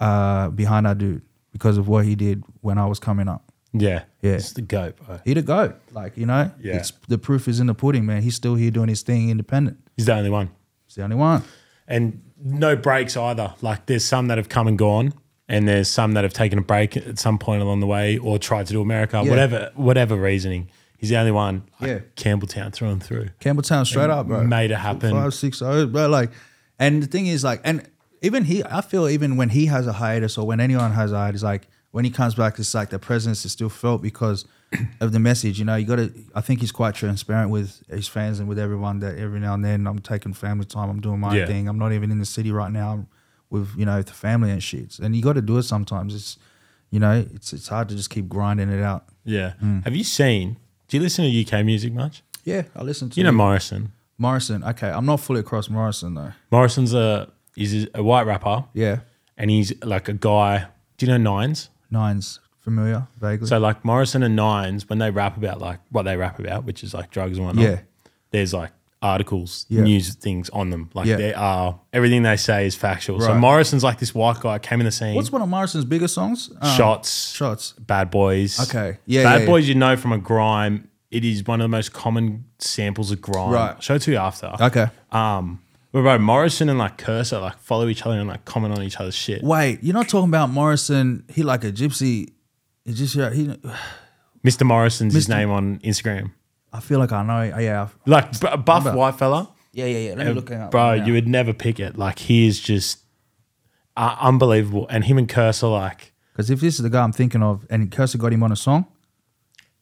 S2: uh, behind that dude because of what he did when I was coming up.
S1: Yeah.
S2: Yeah.
S1: It's the goat, bro.
S2: He the goat, like you know.
S1: Yeah.
S2: It's, the proof is in the pudding, man. He's still here doing his thing, independent.
S1: He's the only one.
S2: He's the only one.
S1: and no breaks either. Like there's some that have come and gone, and there's some that have taken a break at some point along the way or tried to do America,
S2: Yeah.
S1: whatever whatever reasoning. He's the only one. Like,
S2: Yeah.
S1: Campbelltown through and through.
S2: Campbelltown straight up, bro.
S1: Made it happen.
S2: Five, six, oh, bro. Like, and the thing is, like, and even he, I feel even when he has a hiatus or when anyone has a hiatus, like when he comes back, it's like the presence is still felt because of the message. You know, you got to. I think he's quite transparent with his fans and with everyone that every now and then I'm taking family time. I'm doing my
S1: Yeah.
S2: thing. I'm not even in the city right now. I'm with you know the family and shit. And you got to do it sometimes. It's you know, it's it's hard to just keep grinding it out.
S1: Yeah.
S2: Hmm.
S1: Have you seen? Do you listen to UK music much?
S2: Yeah, I listen to
S1: You know Morrison.
S2: Morrison. Okay, I'm not fully across Morrison though.
S1: Morrison's a he's a white rapper,
S2: Yeah.
S1: and he's like a guy. Do you know Nines?
S2: Nines familiar vaguely.
S1: So like Morrison and Nines, when they rap about like what they rap about, which is like drugs and whatnot,
S2: Yeah.
S1: there's like articles,
S2: Yeah.
S1: news things on them. Like
S2: Yeah.
S1: there are everything they say is factual. So
S2: Right.
S1: Morrison's like this white guy came in the scene,
S2: What's one of Morrison's biggest songs? Um,
S1: shots,
S2: Shots.
S1: bad boys.
S2: Okay. Yeah,
S1: Bad
S2: yeah, yeah.
S1: boys you know from a grime. It is one of the most common samples of grime.
S2: Right.
S1: Show two after.
S2: Okay.
S1: Um but bro, Morrison and like Cursor like follow each other and like comment on each other's shit.
S2: Wait, you're not talking about Morrison. He like a gypsy It's just yeah, he.
S1: Mr. Morrison's his
S2: Mr.
S1: name on Instagram.
S2: I feel like I know. oh, Yeah,
S1: Like b- buff
S2: Remember-
S1: white fella,
S2: yeah, yeah, yeah. Let
S1: Uh, bro. You would never pick it. Like he is just uh, unbelievable, and him and Curse are like.
S2: because if this is the guy I'm thinking of, and Cursor got him on a song.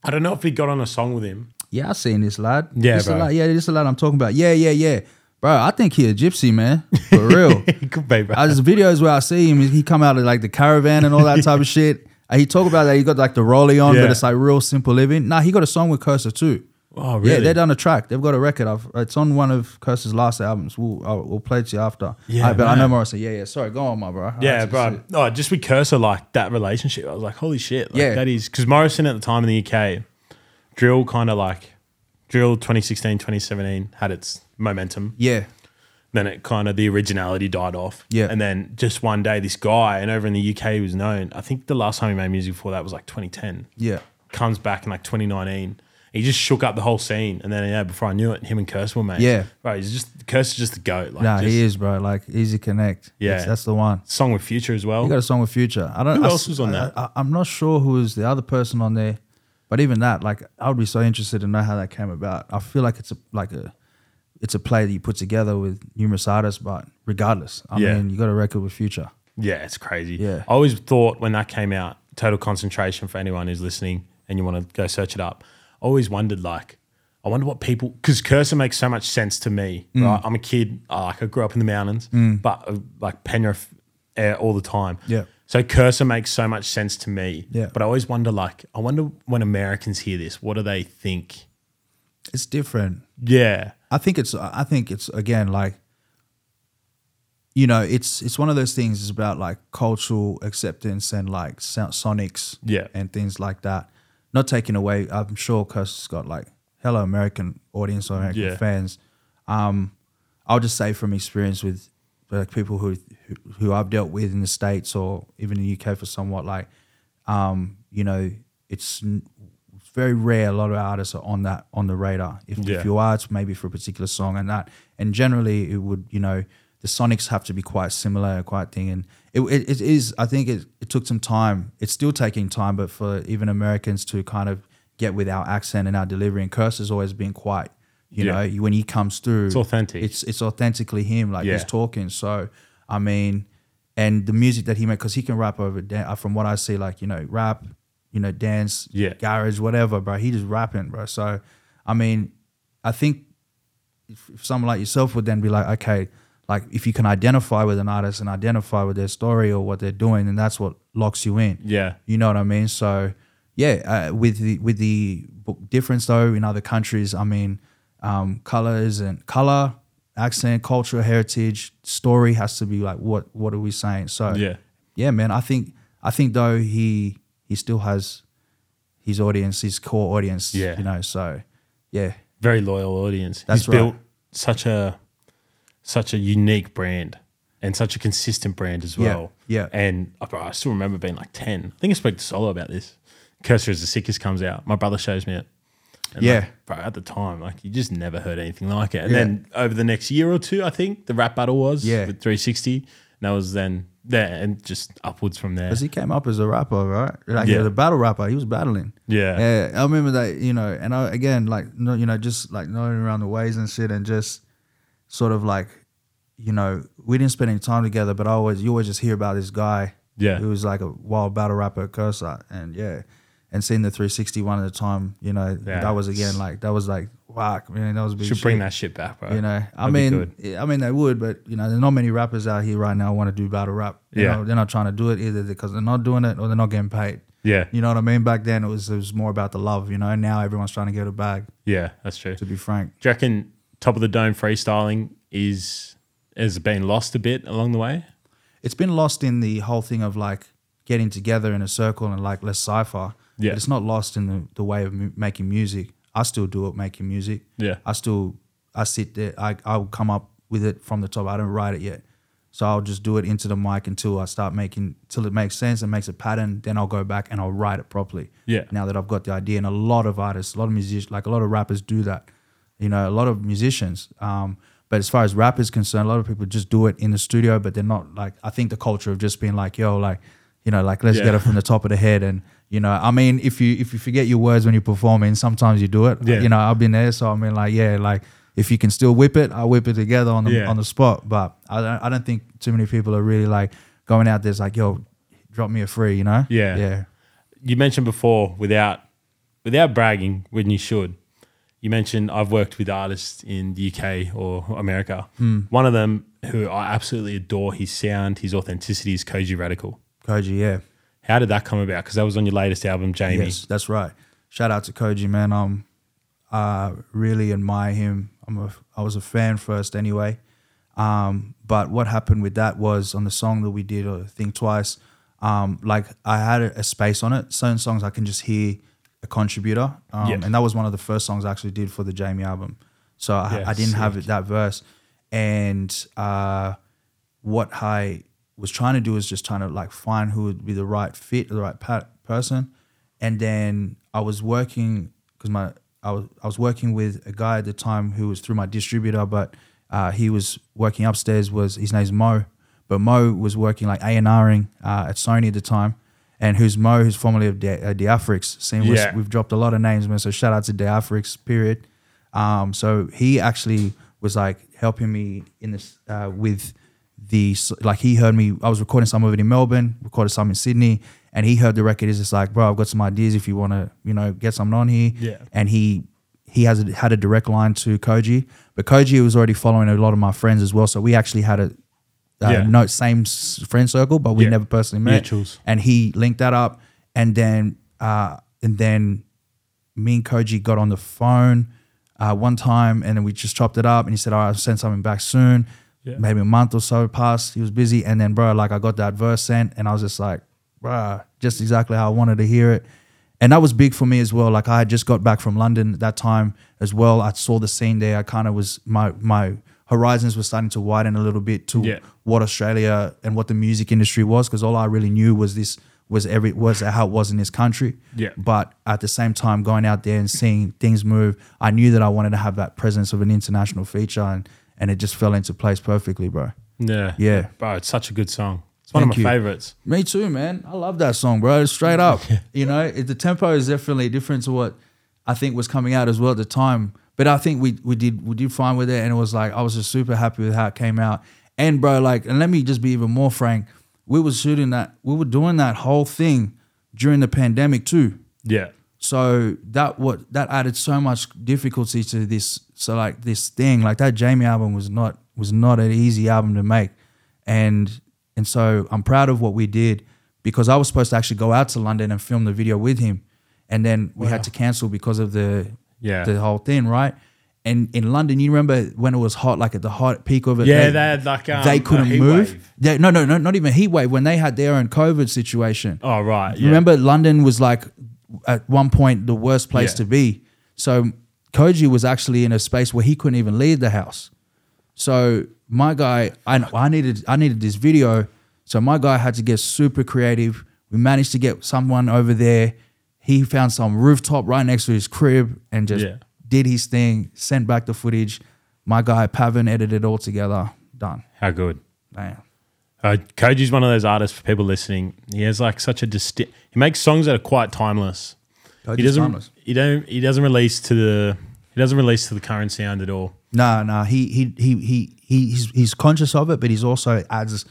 S1: I don't know if he got on a song with him.
S2: Yeah, I seen this lad.
S1: Yeah,
S2: this
S1: bro.
S2: A lad. Yeah, this a lad I'm talking about. Yeah, yeah, yeah, bro. I think he a gypsy man for real.
S1: He could be, bro.
S2: Uh, There's videos where I see him. He come out of like the caravan and all that type of shit. And he talk about that he got like the rolly on,
S1: Yeah.
S2: but it's like real simple living. Nah, he got a song with Cursor too.
S1: oh,
S2: Yeah,
S1: really?
S2: they've done a track. They've got a record. I've, it's on one of Cursor's last albums. We'll, I'll, we'll play it to you after.
S1: Yeah,
S2: Uh, but I
S1: man.
S2: know Morrison. Yeah, yeah. Sorry, go on, my bro.
S1: yeah,
S2: That's
S1: bro.
S2: it.
S1: No, just with Cursor, like that relationship, I was like, holy shit. Like,
S2: Yeah.
S1: That is, because Morrison at the time in the UK, drill kind of like, drill 2016, 2017 had its momentum.
S2: Yeah,
S1: Then it kind of, the originality died off.
S2: Yeah.
S1: And then just one day, this guy, and over in the UK, he was known. I think the last time he made music before that was like 2010.
S2: yeah.
S1: Comes back in like 2019. He just shook up the whole scene. And then, yeah, before I knew it, him and Cursor were mates.
S2: Yeah.
S1: Bro, he's just, Cursor's just the goat. Like,
S2: Nah,
S1: just-
S2: he is, bro. Like easy connect.
S1: Yeah.
S2: That's- that's the one.
S1: Song with Future as well.
S2: He got a song with Future. I don't.
S1: Who
S2: I,
S1: else was on that?
S2: I, am not sure who was the other person on there, but even that, like, I would be so interested to know how that came about. I feel like it's a like a it's a play that you put together with numerous artists, but regardless, I
S1: Yeah.
S2: mean, you got a record with Future.
S1: Yeah, it's crazy.
S2: Yeah.
S1: I always thought when that came out, Total Concentration for anyone who's listening and you want to go search it up, I always wondered like, I wonder what people because Cursor makes so much sense to me.
S2: Mm.
S1: Right, I'm a kid. uh, Like I grew up in the mountains, but uh, like Penrith air all the time.
S2: Yeah.
S1: So Cursor makes so much sense to me.
S2: Yeah.
S1: But I always wonder like, I wonder when Americans hear this, what do they think?
S2: It's different.
S1: Yeah.
S2: I think it's I think it's again like you know it's it's one of those things it's about like cultural acceptance and like so- sonics
S1: Yeah.
S2: and things like that not taking away I'm sure Curse's got like hello American audience or American
S1: Yeah.
S2: fans um I'll just say from experience with like people who, who who I've dealt with in the states or even in the UK for somewhat like um you know it's n- it's very rare a lot of artists are on that on the radar if,
S1: Yeah.
S2: if you are it's maybe for a particular song and that and generally it would you know the sonics have to be quite similar quite thing and it, it, it is I think it, it took some time it's still taking time but for even Americans to kind of get with our accent and our delivery and curse has always been quite you
S1: Yeah.
S2: know you- when he comes through it's
S1: authentic.
S2: it's it's authentically him like
S1: Yeah.
S2: he's talking so i mean and the music that he made because he can rap over dan- uh, from what i see like you know rap you know dance
S1: Yeah.
S2: garage whatever bro he just rapping bro so i mean i think if, if someone like yourself would then be like okay like if you can identify with an artist and identify with their story or what they're doing then that's what locks you in
S1: Yeah.
S2: you know what I mean? So yeah, uh, with the with the b- difference though in other countries, I mean, um, colors and color, accent, cultural heritage, story has to be like what what are we saying? So
S1: Yeah.
S2: yeah, man. I think I think though he he still has his audience, his core audience.
S1: Yeah.
S2: you know. So yeah,
S1: Very loyal audience.
S2: That's
S1: He's
S2: right.
S1: built such a such a unique brand and such a consistent brand as
S2: Yeah,
S1: well.
S2: yeah.
S1: And I, bro, I still remember being like 10. I think I spoke to Solo about this. Cursor is the Sickest comes out. My brother shows me it. And
S2: Yeah.
S1: like, bro, at the time, like you just never heard anything like it. And
S2: Yeah.
S1: then over the next year or two, I think the rap battle was
S2: Yeah.
S1: with 360. And that was then there and just upwards from there.
S2: because he came up as a rapper, right? Like
S1: Yeah.
S2: he was a battle rapper. He was battling.
S1: Yeah.
S2: Yeah, I remember that, you know, and I again like no, you know, just like knowing around the ways and shit, and just sort of like, you know, we didn't spend any time together, but I always you always just hear about this guy,
S1: Yeah.
S2: who was like a wild battle rapper, cursor, and yeah, and seeing the 361 at the time, you know,
S1: Yeah.
S2: that was again like that was like whack, man, that was big.
S1: Should
S2: shit.
S1: bring that shit back, bro.
S2: You know, I
S1: That'd be
S2: mean,
S1: good.
S2: yeah, I mean they would, but you know, there's not many rappers out here right now want to do battle rap. You
S1: Yeah.
S2: know, they're not trying to do it either because they're not doing it or they're not getting paid.
S1: Yeah.
S2: you know what I mean. Back then, it was it was more about the love. You know, now everyone's trying to get a bag.
S1: yeah, that's true.
S2: To be frank,
S1: Do you reckon top of the dome freestyling is has been lost a bit along the way?
S2: it's been lost in the whole thing of like getting together in a circle and like let's cipher.
S1: Yeah.
S2: But it's not lost in the, the way of mu- making music. I still do it making music.
S1: Yeah.
S2: I still I sit there. I I'll come up with it from the top. I don't write it yet, so I'll just do it into the mic until I start making till it makes sense and makes a pattern. Then I'll go back and I'll write it properly.
S1: Yeah.
S2: Now that I've got the idea, and a lot of artists, a lot of musicians, like a lot of rappers do that. You know, a lot of musicians. Um, but as far as rap is concerned, a lot of people just do it in the studio, but they're not like. I think the culture of just being like, yo, like, you know, like let's
S1: Yeah.
S2: get it from the top of the head, and You know, I mean, if you if you forget your words when you're performing, sometimes you do it.
S1: Yeah.
S2: You know, I've been there, so I mean, like, yeah, like if you can still whip it, I whip it together on the
S1: Yeah.
S2: on the spot. But I don't, I don't think too many people are really like going out there's like, yo, drop me a free. You know?
S1: Yeah.
S2: Yeah.
S1: you mentioned before without without bragging when you should you mentioned i've worked with artists in the uk or america
S2: Hmm.
S1: one of them who i absolutely adore his sound his authenticity is koji radical
S2: Koji, yeah.
S1: how did that come about because that was on your latest album jamie
S2: Yes, that's right. Shout out to Koji, man. Um, I really admire him. I'm a, I was a fan first anyway. Um, but what happened with that was on the song that we did, uh, Think Twice, um, like I had a, a space on it. Certain songs I can just hear a contributor. Um,
S1: Yeah.
S2: And that was one of the first songs I actually did for the Jamie album. So I,
S1: Yeah,
S2: I didn't have
S1: sick.
S2: it, that verse. And uh, what I was trying to do is just trying to like find who would be the right fit, the right pat- person. And then I was working because my I was I was working with a guy at the time who was through my distributor, but uh, he was working upstairs. Was his name's Mo, but Mo was working like A and Ring uh, at Sony at the time. And who's Mo, who's formerly of Di- uh, Diafrix, seeing we've-
S1: Yeah.
S2: we've dropped a lot of names, man. So shout out to Diafrix, period. Um, so he actually was like helping me in this uh, with the s- like he heard me. I was recording some of it in Melbourne, recorded some in Sydney, and he heard the record. Is just like, bro, I've got some ideas if you want to, you know, get something on here.
S1: Yeah.
S2: And he he has a, had a direct line to Koji, but Koji was already following a lot of my friends as well. So we actually had a uh,
S1: Yeah.
S2: no same s- friend circle, but we
S1: Yeah.
S2: never personally met.
S1: Mutuals.
S2: And he linked that up, and then uh, and then me and Koji got on the phone uh, one time, and then we just chopped it up. And he said, "All right, I'll send something back soon."
S1: Yeah.
S2: Maybe a month or so passed. He was busy, and then bro, like I got that verse sent, and I was just like, "Bruh, just exactly how I wanted to hear it." And that was big for me as well. Like I had just got back from London at that time as well. I saw the scene there. I kind of was my my horizons were starting to widen a little bit to
S1: Yeah.
S2: what Australia and what the music industry was because all I really knew was this was every was how it was in this country.
S1: Yeah.
S2: But at the same time, going out there and seeing things move, I knew that I wanted to have that presence of an international feature, and and it just fell into place perfectly, bro.
S1: yeah
S2: Yeah.
S1: bro it's such a good song it's one
S2: Thank
S1: of
S2: you.
S1: my favorites
S2: Me too, man. I love that song, bro. Straight up, you know, it, the tempo is definitely different to what I think was coming out as well at the time. But I think we we did we did fine with it, and it was like I was just super happy with how it came out. And bro, like, and let me just be even more frank. We was shooting that, we were doing that whole thing during the pandemic too.
S1: yeah
S2: So that what that added so much difficulty to this. So like this thing, like that Jamie album was not was not an easy album to make, and and so I'm proud of what we did because I was supposed to actually go out to London and film the video with him, and then we had to cancel because of the
S1: Yeah.
S2: the whole thing, right? And in London, you remember when it was hot, like at the hot peak of it.
S1: Yeah, they had, like, um,
S2: they
S1: a
S2: couldn't
S1: heat
S2: move.
S1: wave.
S2: They, no, no, no, not even heat wave. When they had their own COVID situation,
S1: oh right yeah.
S2: Remember, London was like at one point the worst place
S1: Yeah.
S2: to be. So Koji was actually in a space where he couldn't even leave the house. So my guy, I, I needed I needed this video. So my guy had to get super creative. We managed to get someone over there. He found some rooftop right next to his crib and just
S1: Yeah.
S2: did his thing. Sent back the footage. My guy Pavin edited it all together. Done.
S1: how good
S2: Damn.
S1: Uh, Koji's one of those artists for people listening. He has like such a distinct. He makes songs that are quite timeless. he
S2: Koji's
S1: doesn't.
S2: timeless.
S1: He don't. He doesn't release to the. He doesn't release to the current sound at all.
S2: No, no, he he he he he he's, he's conscious of it, but he's also adds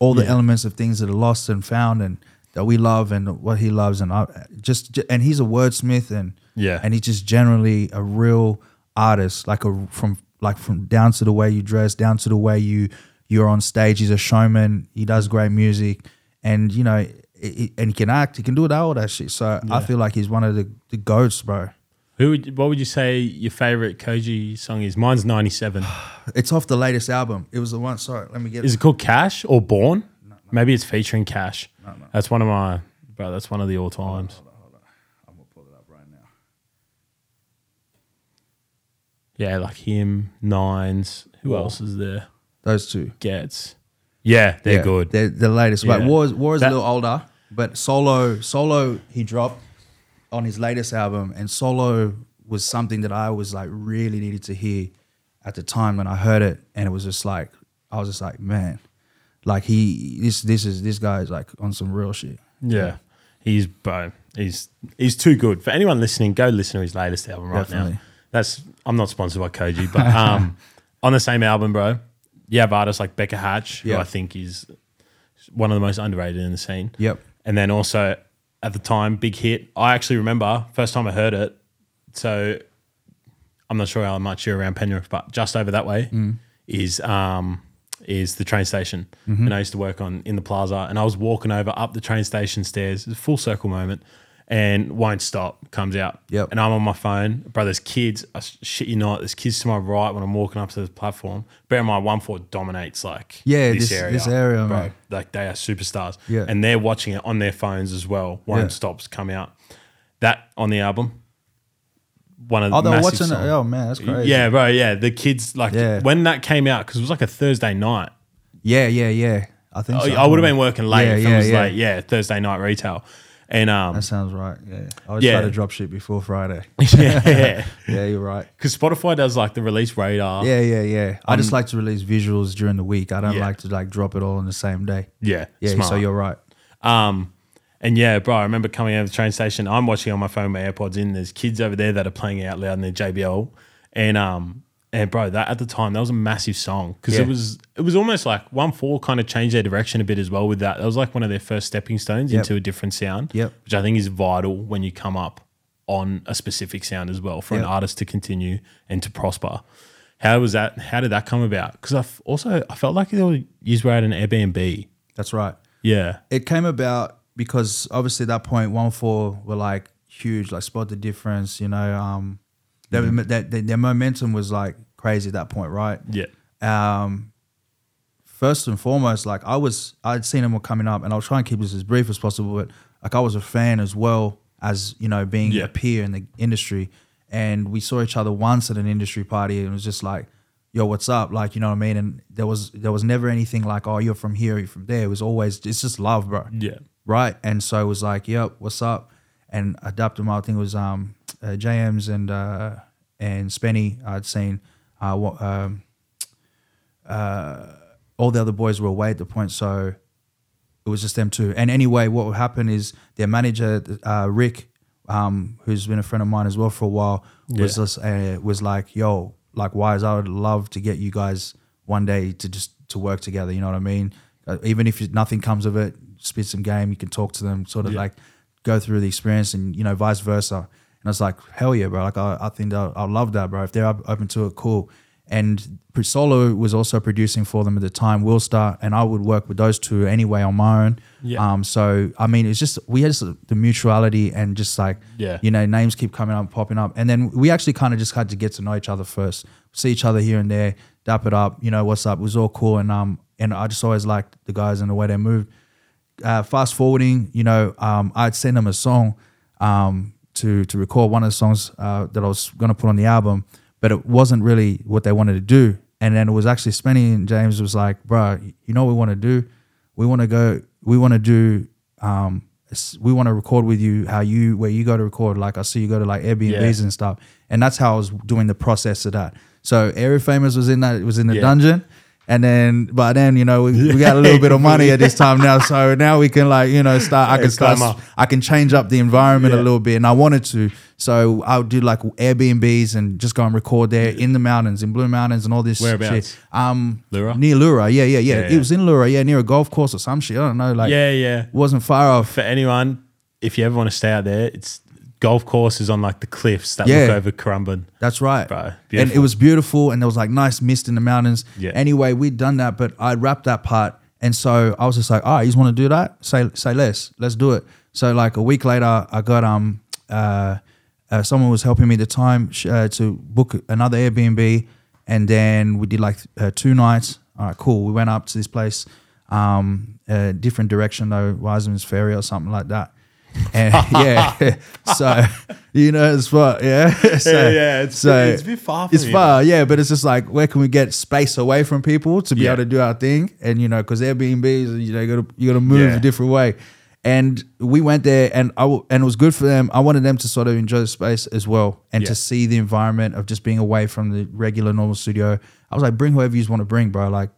S2: all the
S1: Yeah.
S2: elements of things that are lost and found and that we love and what he loves and I, just and he's a wordsmith and
S1: Yeah.
S2: and he's just generally a real artist like a from like from down to the way you dress down to the way you you're on stage he's a showman he does great music and you know it, it- and he can act he can do it all that shit so I feel like he's one of the, the goats bro
S1: Who would? What would you say your favorite Koji song is? Mine's '97.
S2: it's off the latest album it was the one sorry let me get it.
S1: Is it called Cash or Born? Maybe it's featuring Cash. That's one of my bro. That's one of the all times. Yeah, like him, Nines. Who
S2: War.
S1: else is there?
S2: Those two.
S1: Gets. Yeah, they're
S2: Yeah,
S1: good.
S2: They're the latest. But
S1: Yeah.
S2: War, is- War is
S1: That-
S2: a little older, but Solo, Solo, he dropped on his latest album, and Solo was something that I was like really needed to hear at the time when I heard it, and it was just like I was just like, man, like he this this is this guy is like on some real shit.
S1: Yeah. He's bro. He's he's too good for anyone listening. Go listen to his latest album right
S2: Definitely.
S1: now. That's I'm not sponsored by Koji, but um, on the same album, bro. You have artists like Becca Hatch, who
S2: Yeah.
S1: I think is one of the most underrated in the scene.
S2: Yep.
S1: And then also at the time, big hit. I actually remember first time I heard it. So I'm not sure how much you're around Penrith, but just over that way
S2: Mm.
S1: is um is the train station.
S2: Mm-hmm.
S1: And I used to work on in the plaza and I was walking over up the train station stairs, it's a full circle moment, and won't stop comes out.
S2: Yep.
S1: And I'm on my phone, bro. There's kids. I s- shit you not. There's kids to my right when I'm walking up to the platform. Bear in mind, one four dominates like
S2: Yeah, this- this area,
S1: bro
S2: man.
S1: like they are superstars.
S2: Yeah.
S1: And they're watching it on their phones as well. Won't
S2: Yeah.
S1: Stop's come out. That on the album. One of the
S2: Oh, they're
S1: massive
S2: watching it.
S1: songs.
S2: Oh man, that's crazy.
S1: Yeah, bro. Yeah, the kids like
S2: Yeah.
S1: when that came out because it was like a Thursday night.
S2: yeah, yeah, yeah. I think
S1: Oh, I,
S2: so.
S1: I would have been working late.
S2: Yeah,
S1: if it
S2: yeah,
S1: was
S2: yeah.
S1: Late. yeah, Thursday night retail, and um,
S2: That sounds right. Yeah, I always
S1: Yeah.
S2: try to drop shit before Friday.
S1: yeah,
S2: yeah, you're right.
S1: because Spotify does like the release radar.
S2: Yeah, yeah, yeah. I just like to release visuals during the week. I don't
S1: Yeah.
S2: like to like drop it all on the same day.
S1: yeah,
S2: Yeah, so you're right.
S1: Um, and yeah, bro, I remember coming out of the train station. I'm watching on my phone, my AirPods in. There's kids over there that are playing it out loud in their JBL, and um, and bro, that at the time that was a massive song because
S2: Yeah.
S1: it was it was almost like one four kind of changed their direction a bit as well with that. That was like one of their first stepping stones
S2: Yep.
S1: into a different sound,
S2: Yep.
S1: which I think is vital when you come up on a specific sound as well for an
S2: Yep.
S1: artist to continue and to prosper. How was that? How did that come about? Because I f- also I felt like there were you were at an Airbnb.
S2: That's right.
S1: Yeah,
S2: It came about because obviously at that point one four were like huge, like spot the difference. You know, um, their, their, their, their momentum was like crazy at that point, right?
S1: yeah,
S2: um, first and foremost, like I was, I'd seen him coming up, and I'll try and keep this as brief as possible. But like I was a fan as well as you know being
S1: Yeah.
S2: a peer in the industry, and we saw each other once at an industry party, and it was just like, "Yo, what's up?" Like you know what I mean. And there was there was never anything like, "Oh, you're from here, you're from there." It was always it's just love, bro
S1: yeah.
S2: right? And so it was like, yep, what's up? And adapted my I think it was um, uh, JM's and uh, and Spenny. I'd seen uh, what, um, uh, all the other boys were away at the point, so it was just them two. And anyway, what would happen is their manager uh, Rick, um, who's been a friend of mine as well for a while, was
S1: Yeah.
S2: just uh, was like, yo, like wise. I would love to get you guys one day to just to work together. You know what I mean? Uh, even if nothing comes of it, spit some game. You can talk to them, sort of
S1: Yeah.
S2: like go through the experience, and you know, vice versa. And I was like, hell yeah, bro! Like I, I think I I love that, bro. If they're up- open to it, cool. And Pr- Solo was also producing for them at the time, Will Star, and I would work with those two anyway on my own.
S1: Yeah.
S2: Um, so I mean, it's just we had just the mutuality and just like
S1: Yeah.
S2: you know, names keep coming up, popping up, and then we actually kind of just had to get to know each other first, see each other here and there, dap it up, you know, what's up? It was all cool, and um, and I just always liked the guys and the way they moved. Uh, fast forwarding, you know, um, I'd sent them a song, um, to to record one of the songs uh, that I was gonna put on the album, but it wasn't really what they wanted to do, and then it was actually Spenny and James was like, bro, you know what we want to do? We want to go, we want to do um, s- we want to record with you how you where you go to record. Like I see you go to like Airbnbs
S1: Yeah.
S2: and stuff, and that's how I was doing the process of that. So Area Famous was in that was in the
S1: Yeah.
S2: dungeon, and then by then you know we, we got a little bit of money at this time now, so now we can like you know start I can
S1: It's climb
S2: start
S1: up.
S2: I can change up the environment a
S1: Yeah.
S2: little bit, and I wanted to. So I would do like Airbnbs and just go and record there in the mountains, in Blue Mountains, and all this
S1: Whereabouts?
S2: shit. Um,
S1: Lura?
S2: near Lura, yeah, yeah, yeah,
S1: Yeah, yeah.
S2: It was in Lura, yeah, near a golf course or some shit. I don't know, like
S1: yeah, yeah.
S2: wasn't far off.
S1: For anyone, if you ever want to stay out there, it's golf courses on like the cliffs that
S2: Yeah.
S1: look over Currumbin.
S2: That's right.
S1: Bro,
S2: and it
S1: beautiful.
S2: was beautiful, and there was like nice mist in the mountains.
S1: Yeah.
S2: Anyway, we'd done that, but I wrapped that part, and so I was just like, "All right, you just want to do that? Say say less. Let's do it." So like a week later, I got um uh, uh someone was helping me at the time sh- uh, to book another Airbnb, and then we did like uh, two nights. All right, cool. We went up to this place, um, uh, different direction though, Wiseman's Ferry or something like that. And yeah, so you know it's what, yeah. so,
S1: Yeah, yeah, it's- it's a bit far from
S2: it's
S1: here.
S2: far, yeah, but it's just like where can we get space away from people to be
S1: Yeah.
S2: able to do our thing, and you know, because Airbnbs, you know, you gotta you gotta move
S1: Yeah.
S2: a different way. And we went there, and I w- and it was good for them. I wanted them to sort of enjoy the space as well, and
S1: Yeah.
S2: to see the environment of just being away from the regular normal studio. I was like, bring whoever you want to bring, bro. Like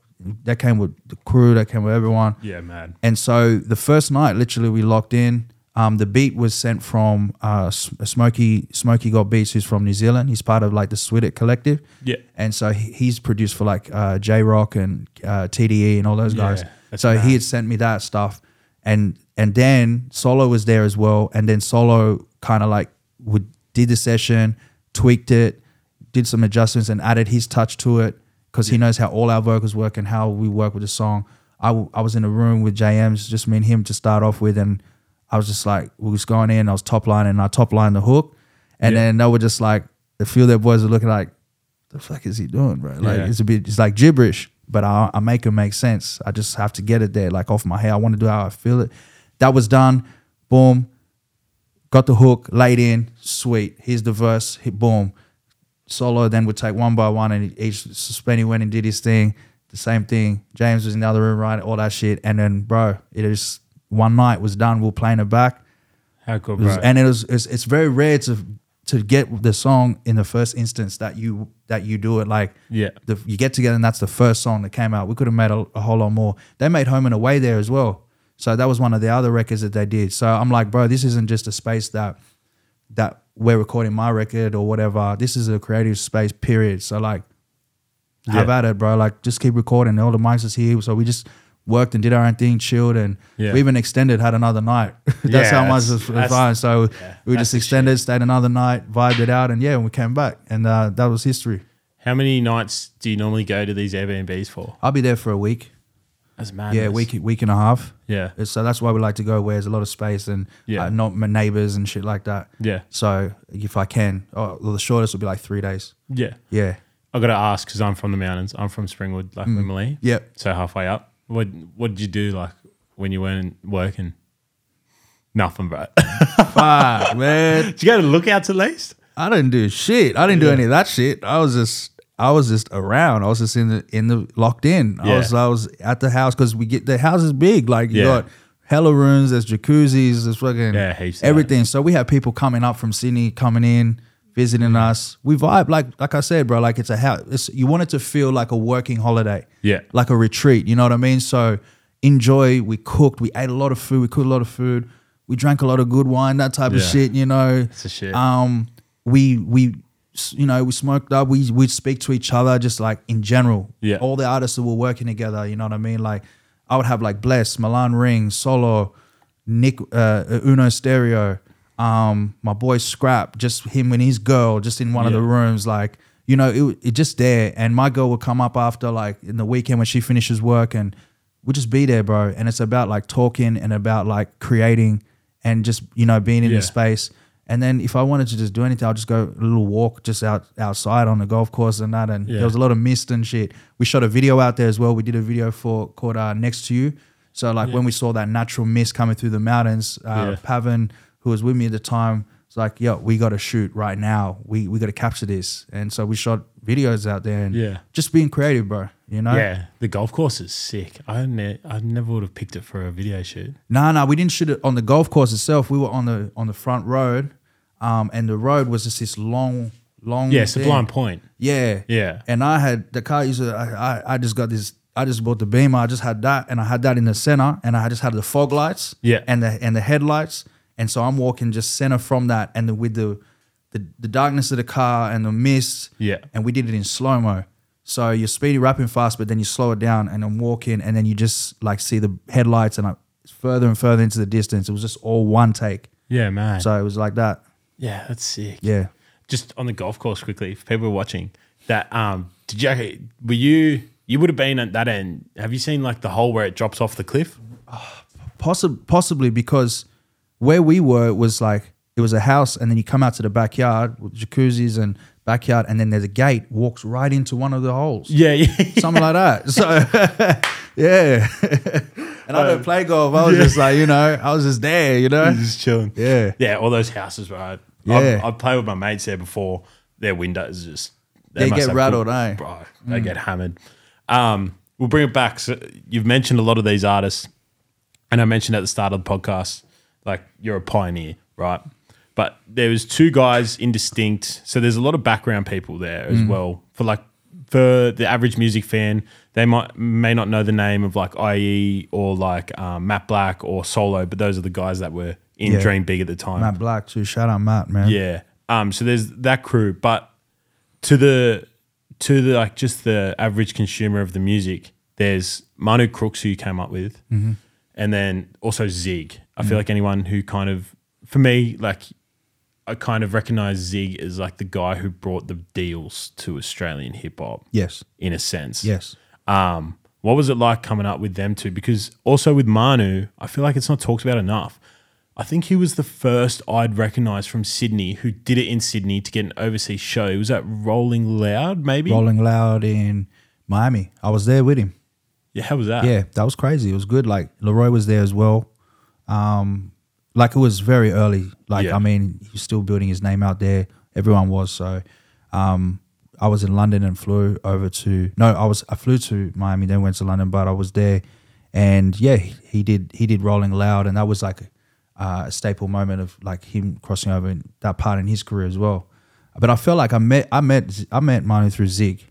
S2: that came with the crew, that came with everyone.
S1: Yeah, man.
S2: And so the first night, literally, we locked in. Um, the beat was sent from uh, S- Smokey Smokey Got Beats, who's from New Zealand. He's part of like the Swidit Collective.
S1: Yeah.
S2: and so he- he's produced for like uh, J Rock and uh, TDE and all those
S1: Yeah,
S2: guys.
S1: that's
S2: So
S1: mad.
S2: he had sent me that stuff, and and then Solo was there as well. And then Solo kind of like would did the session, tweaked it, did some adjustments, and added his touch to it because he knows how all our vocals work and how we work with the song. I, w- I was in a room with JM's, just me and him to start off with, and I was just like, we was going in, I was top line, and I top lined the hook, and
S1: Yeah.
S2: then they were just like, a few of their boys were looking like, the fuck is he doing, bro? Like
S1: Yeah.
S2: it's a bit, it's like gibberish, but I, I make it make sense. I just have to get it there, like off my head. I want to do how I feel it. That was done. Boom, got the hook laid in. Sweet. Here's the verse. Hit boom. Solo then would take one by one, and each Spenny went and did his thing. The same thing. James was in the other room, right? All that shit, and then bro, it is one night was done. We are playing it back.
S1: How cool,
S2: It
S1: bro.
S2: was- and it was it's, it's very rare to to get the song in the first instance that you that you do it like
S1: Yeah.
S2: the, you get together and that's the first song that came out we could have made a, a whole lot more they made home and away there as well so that was one of the other records that they did so i'm like bro this isn't just a space that that we're recording my record or whatever this is a creative space period so like have
S1: Yeah.
S2: at it, bro. Like, just keep recording. All the mics is here, so we just worked and did our own thing, chilled, and
S1: Yeah.
S2: we even extended. Had another night.
S1: Yeah,
S2: that's how much
S1: that's-
S2: it's
S1: that's-
S2: fun. So
S1: yeah,
S2: we
S1: that's
S2: just
S1: the
S2: extended, stayed another night, vibed it out, and yeah, we came back, and uh, that was history.
S1: How many nights do you normally go to these Airbnbs for?
S2: I'll be there for a week.
S1: That's mad.
S2: Yeah, week week and a half.
S1: Yeah.
S2: So that's why we like to go where there's a lot of space and
S1: Yeah.
S2: uh, not my neighbors and shit like that.
S1: Yeah.
S2: So if I can, oh, well, the shortest will be like three days.
S1: Yeah.
S2: Yeah.
S1: I got to ask because I'm from the mountains. I'm from Springwood,
S2: Mm.
S1: like Wimberley.
S2: Yep.
S1: So halfway up. What What did you do like when you weren't working? Nothing, bro. did Ah,
S2: Fuck, man.
S1: you go to lookouts at least?
S2: I didn't do shit. I didn't do any of that shit. I was just I was just around. I was just in the in the locked in.
S1: Yeah.
S2: I was I was at the house because we get the house is big. Like you
S1: Yeah.
S2: got hella rooms, there's jacuzzis, there's fucking
S1: Yeah, heaps of that.
S2: everything. So we had people coming up from Sydney, coming in, visiting
S1: Mm.
S2: us. We vibe like like I said, bro. Like it's a house. It's, you want it to feel like a working holiday.
S1: Yeah.
S2: Like a retreat. You know what I mean? So enjoy. We cooked. We ate a lot of food. We cooked a lot of food. We drank a lot of good wine, that type of
S1: Yeah.
S2: shit, you know.
S1: It's a shit.
S2: Um, we we s- you know we smoked up. We we speak to each other just like in general.
S1: Yeah.
S2: All the artists that were working together. You know what I mean? Like I would have like Bless, Milan Ring, Solo, Nick, uh, Uno Stereo, um, my boy Scrap, just him and his girl, just in one of
S1: Yeah.
S2: the rooms, like. You know, it, it just there, and my girl would come up after like in the weekend when she finishes work, and we just be there, bro. And it's about like talking and about like creating and just you know being in
S1: Yeah.
S2: the space. And then if I wanted to just do anything, I'll just go a little walk just out outside on the golf course and that. And
S1: Yeah.
S2: there was a lot of mist and shit. We shot a video out there as well. We did a video for called uh, "Next to You." So like when we saw that natural mist coming through the mountains, uh,
S1: Yeah.
S2: Pavan, who was with me at the time, was like, "Yo, we got to shoot right now. We we got to capture this." And so we shot videos out there and
S1: Yeah.
S2: just being creative, bro. You know,
S1: Yeah. The golf course is sick. I ne- I never would have picked it for a video shoot.
S2: No, no, we didn't shoot it on the golf course itself. We were on the on the front road, um, and the road was just this long, long.
S1: Yeah, it's a
S2: thing.
S1: blind point.
S2: Yeah,
S1: Yeah.
S2: And I had the car. Used to, I, I, I just got this. I just bought the Beamer. I just had that, and I had that in the center, and I just had the fog lights.
S1: Yeah.
S2: and the and the headlights, and so I'm walking just center from that, and the, with the, the the darkness of the car and the mist.
S1: Yeah.
S2: and we did it in slow mo. So you're speedy, rapping fast, but then you slow it down and then walk in, and then you just like see the headlights and like further and further into the distance. It was just all one take.
S1: Yeah, man.
S2: So it was like that.
S1: yeah, that's sick.
S2: Yeah.
S1: Just on the golf course quickly, if people are watching, that um did you okay, were you you would have been at that end. Have you seen like the hole where it drops off the cliff?
S2: Possi- possibly because where we were was like it was a house, and then you come out to the backyard with jacuzzis and backyard, and then there's a gate walks right into one of the holes,
S1: Yeah, yeah.
S2: something like that. So yeah, and I don't play golf. I was just like you know, I was just there, you know.
S1: Um, just chilling.
S2: Yeah.
S1: Yeah, all those houses, right?
S2: Yeah.
S1: I've, I've played with my mates there before. Their windows just.
S2: They
S1: must
S2: get
S1: have
S2: rattled,
S1: good-
S2: eh?
S1: Bro, they get hammered. Um, we'll bring it back. So you've mentioned a lot of these artists, and I mentioned at the start of the podcast, like you're a pioneer, right? But there was two guys indistinct. So there's a lot of background people there
S2: Mm.
S1: as well. For like for the average music fan, they might may E uh, not know the name of like IE or like um, Matt Black or Solo, but those are the guys that were in
S2: Yeah.
S1: Dream Big at the time.
S2: Matt Black too. Shout out Matt, man.
S1: Yeah. Um. So there's that crew, but to the to the like just the average consumer of the music, there's Manu Crooks who you came up with, and then also Zig. I feel like anyone who kind of for me like. I kind of recognize Zig as like the guy who brought the deals to Australian hip hop
S2: Yes.
S1: in a sense.
S2: Yes.
S1: Um, what was it like coming up with them two? Because also with Manu, I feel like it's not talked about enough. I think he was the first I'd recognize from Sydney who did it in Sydney to get an overseas show. It was at Rolling Loud, maybe?
S2: Rolling Loud in Miami. I was there with him.
S1: yeah, how was that?
S2: Yeah, that was crazy. It was good. Like Leroy was there as well. Um, like it was very early. Like
S1: Yeah.
S2: I mean, he was still building his name out there. Everyone was so. Um, I was in London and flew over to no, I was I flew to Miami, then went to London, but I was there, and yeah, he, he did he did Rolling Loud, and that was like uh, a staple moment of like him crossing over in that part in his career as well. But I felt like I met I met Z- I met Manu through Zig.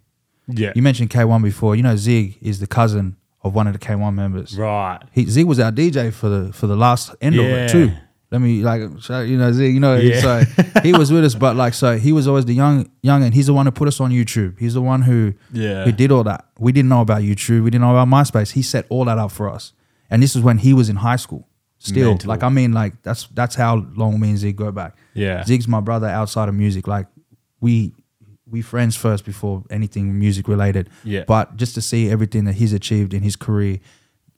S1: Yeah.
S2: You mentioned K1 before. You know, Zig is the cousin of one of the K1 members.
S1: right.
S2: He, Zig was our DJ for the for the last end of
S1: Yeah.
S2: it too. Let me like shout- you know Zig, you know
S1: Yeah.
S2: so he was with us, but like so he was always the young young and he's the one who put us on YouTube. He's the one who
S1: Yeah.
S2: who did all that. We didn't know about YouTube. We didn't know about MySpace. He set all that up for us, and this is when he was in high school. Still,
S1: Mental.
S2: like I mean, like that's that's how long me and Zig go back.
S1: Yeah.
S2: Zig's my brother outside of music. Like we we friends first before anything music related.
S1: Yeah.
S2: But just to see everything that he's achieved in his career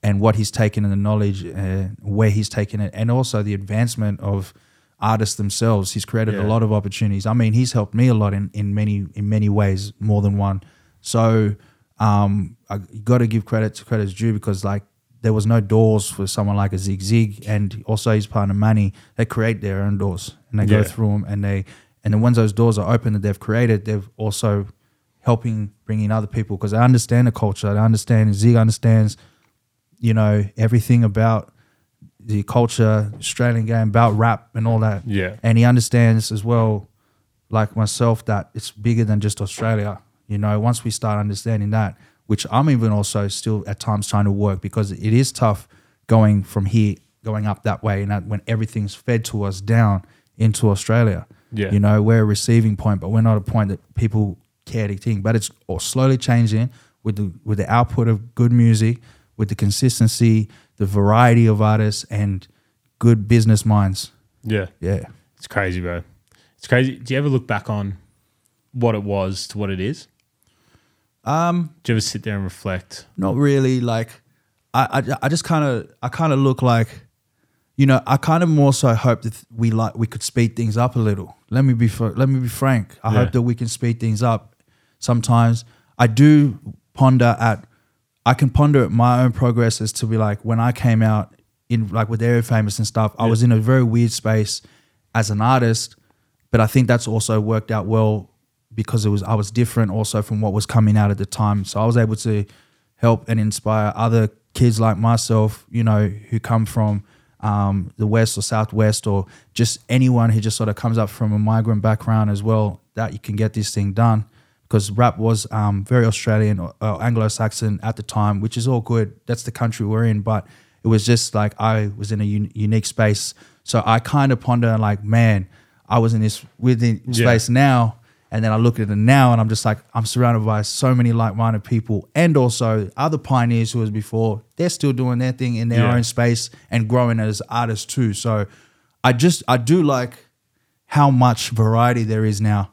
S2: and what he's taken and the knowledge and where he's taken it and also the advancement of artists themselves. He's created
S1: Yeah.
S2: a lot of opportunities. I mean, he's helped me a lot in, in many in many ways, more than one. So um I got to give credit to credit's due because like there was no doors for someone like a Zig Zig and also his partner Manny. They create their own doors and they
S1: Yeah.
S2: go through them and they and then once those doors are open that they've created, they've also helping bring in other people because I understand the culture. I understand Zig understands, you know, everything about the culture, Australian game, about rap and all that.
S1: Yeah.
S2: And he understands as well, like myself, that it's bigger than just Australia. You know, once we start understanding that, which I'm even also still at times trying to work because it is tough going from here, going up that way, and that when everything's fed to us down into Australia.
S1: Yeah.
S2: You know, we're a receiving point, but we're not a point that people care to think. But it's or slowly changing with the with the output of good music, with the consistency, the variety of artists, and good business minds.
S1: Yeah.
S2: Yeah.
S1: It's crazy, bro. It's crazy. Do you ever look back on what it was to what it is?
S2: Um,
S1: Do you ever sit there and reflect?
S2: not really. Like, I, I, I just kind of, I kind of look like, you know, I kind of more so hope that we like we could speed things up a little. Let me be, fr- let me be frank. I
S1: Yeah.
S2: hope that we can speed things up. Sometimes I do ponder at, I can ponder at my own progress as to be like when I came out in like with Aero Famous and stuff. I was in a very weird space as an artist, but I think that's also worked out well because it was I was different also from what was coming out at the time. So I was able to help and inspire other kids like myself, you know, who come from um, the West or Southwest or just anyone who just sort of comes up from a migrant background as well, that you can get this thing done. Because rap was um, very Australian or, or Anglo-Saxon at the time, which is all good. That's the country we're in, but it was just like I was in a un- unique space. So I kind of ponder like, man, I was in this within space now, and then I look at it now, and I'm just like, I'm surrounded by so many like-minded people, and also other pioneers who was before. They're still doing their thing in their
S1: Yeah.
S2: own space and growing as artists too. So I just I do like how much variety there is now.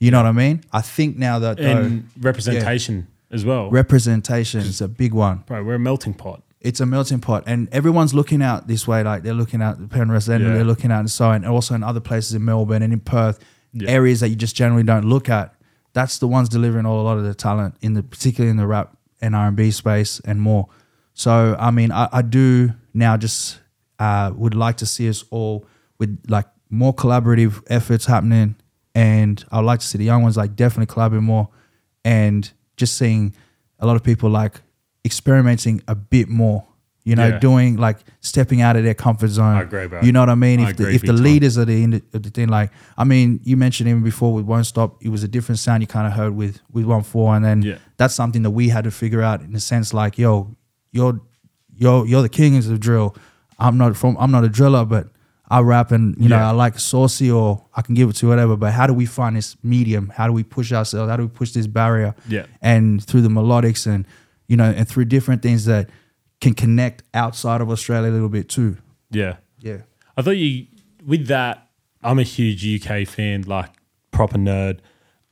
S2: You know what I mean? I think now that though,
S1: And representation as well.
S2: representation is a big one
S1: bro, we're a melting pot.
S2: it's a melting pot and everyone's looking out this way like they're looking out the penrith and
S1: Yeah.
S2: they're looking out and so on and also in other places in melbourne and in perth areas that you just generally don't look at that's the ones delivering all a lot of the talent in the particularly in the rap and r&b space and more so i mean i, I do now just uh, would like to see us all with like more collaborative efforts happening and i'd like to see the young ones like definitely collaborate more and just seeing a lot of people like experimenting a bit more you know
S1: Yeah.
S2: doing like stepping out of their comfort zone
S1: I agree, bro.
S2: you know what i mean
S1: I
S2: if the,
S1: agree
S2: if the
S1: big time.
S2: leaders are the, end of the thing like i mean you mentioned even before with won't stop it was a different sound you kind of heard with with one four and then
S1: Yeah.
S2: that's something that we had to figure out in a sense like yo you're you're you're the king of the drill i'm not from i'm not a driller but I rap and you know
S1: Yeah.
S2: I like saucy or I can give it to whatever. But how do we find this medium? How do we push ourselves? How do we push this barrier?
S1: Yeah.
S2: and through the melodics and you know and through different things that can connect outside of Australia a little bit too.
S1: Yeah.
S2: Yeah.
S1: I thought you with that. I'm a huge UK fan, like proper nerd.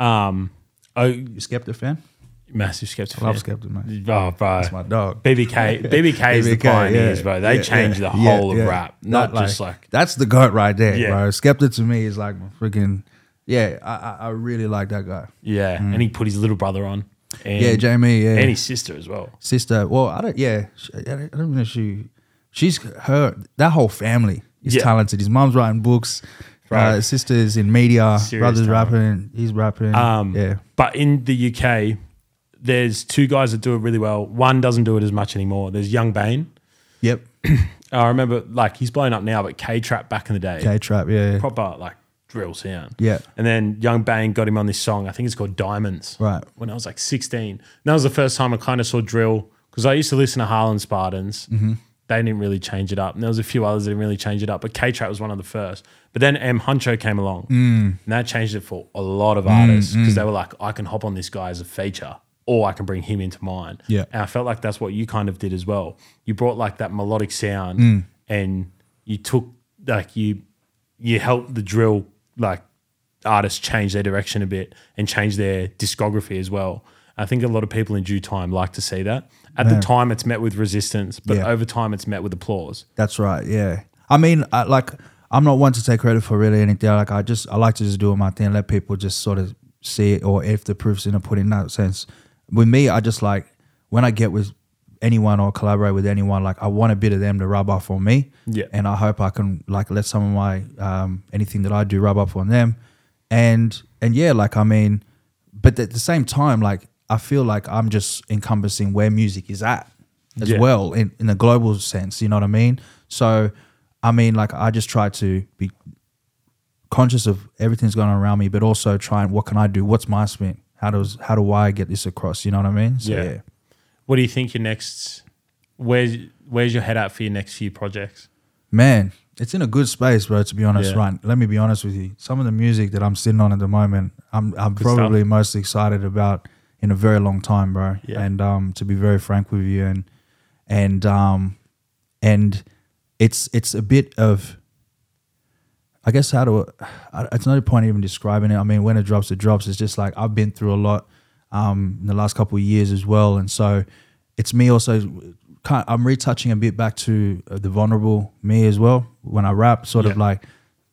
S1: Um, oh,
S2: You Skepta fan?
S1: massive skeptic.
S2: Love
S1: fan.
S2: Skepta, man.
S1: Oh, bro,
S2: That's my dog.
S1: BBK, BBK is the
S2: BBK, yeah,
S1: pioneers, bro. They
S2: yeah,
S1: changed the
S2: yeah,
S1: whole
S2: yeah.
S1: of rap, not
S2: That,
S1: just like
S2: that's the goat right there,
S1: Yeah.
S2: bro. Skepta to me is like my freaking yeah. I, I I really like that guy.
S1: yeah. And he put his little brother on, and,
S2: Mm. Yeah, Jamie. Yeah,
S1: and his sister as well.
S2: sister. Well, I don't. Yeah, sh- I don't I don't know. if She, she's her. That whole family is
S1: Yeah.
S2: talented. His mom's writing books. Uh,
S1: Right.
S2: sisters in media.
S1: Serious
S2: brothers
S1: talent.
S2: rapping. He's rapping.
S1: Um,
S2: yeah.
S1: But in the UK, there's two guys that do it really well. One doesn't do it as much anymore. There's Young Bane.
S2: Yep.
S1: I remember, like, he's blown up now, but K Trap back in the day,
S2: K trap. Yeah.
S1: proper like drill sound.
S2: Yeah.
S1: And then Young Bane got him on this song. I think it's called Diamonds.
S2: Right.
S1: When I was like 16. And that was the first time I kind of saw drill because I used to listen to Harlan Spartans.
S2: Mm-hmm.
S1: They didn't really change it up. And there was a few others that didn't really change it up. But K Trap was one of the first. But then M Huncho came along
S2: Mm.
S1: and that changed it for a lot of artists because they were like, I can hop on this guy as a feature or I can bring him into mine.
S2: Yeah.
S1: And I felt like that's what you kind of did as well. You brought like that melodic sound and you took like you you helped the drill like artists change their direction a bit and change their discography as well. I think a lot of people in due time like to see that. At the time it's met with resistance, but
S2: Yeah.
S1: over time it's met with applause.
S2: That's right. Yeah. I mean, I, like, I'm not one to take credit for really anything. Like, I just, I like to just do my thing, let people just sort of see it, or if the proof's in the pudding, in that sense. With me, I just like when I get with anyone or collaborate with anyone, like, I want a bit of them to rub off on me.
S1: Yeah.
S2: And I hope I can, like, let some of my, um, anything that I do rub off on them. And, and yeah, like, I mean, but at the same time, like, I feel like I'm just encompassing where music is at as
S1: Yeah.
S2: well well in, in a global sense. You know what I mean? So, I mean, like I just try to be conscious of everything's going on around me, but also try and what can I do? What's my spin? How does how do I get this across? You know what I mean? So,
S1: Yeah. What do you think your next where's where's your head at for your next few projects?
S2: man, it's in a good space, bro. To be honest,
S1: Yeah.
S2: right? Let me be honest with you. Some of the music that I'm sitting on at the moment, I'm I'm
S1: stuff.
S2: probably most excited about in a very long time, bro.
S1: Yeah.
S2: And um, to be very frank with you, and and um, and it's it's a bit of I guess how to, I- it's no point even describing it. I mean, when it drops, it drops. It's just like I've been through a lot um, in the last couple of years as well, and so it's me also. Kind I'm retouching a bit back to uh, the vulnerable me as well when I rap, sort of
S1: Yeah.
S2: like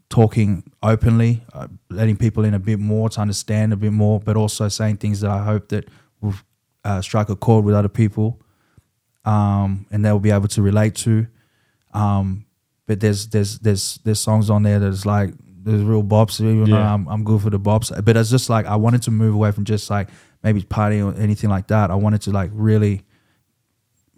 S2: talking openly, uh, letting people in a bit more to understand a bit more, but also saying things that I hope that will uh, strike a chord with other people um, and they'll be able to relate to. Um, but there's there's there's there's songs on there that's like there's real bops. Even though
S1: Yeah.
S2: I'm I'm good for the bops, but it's just like I wanted to move away from just like maybe party or anything like that. I wanted to like really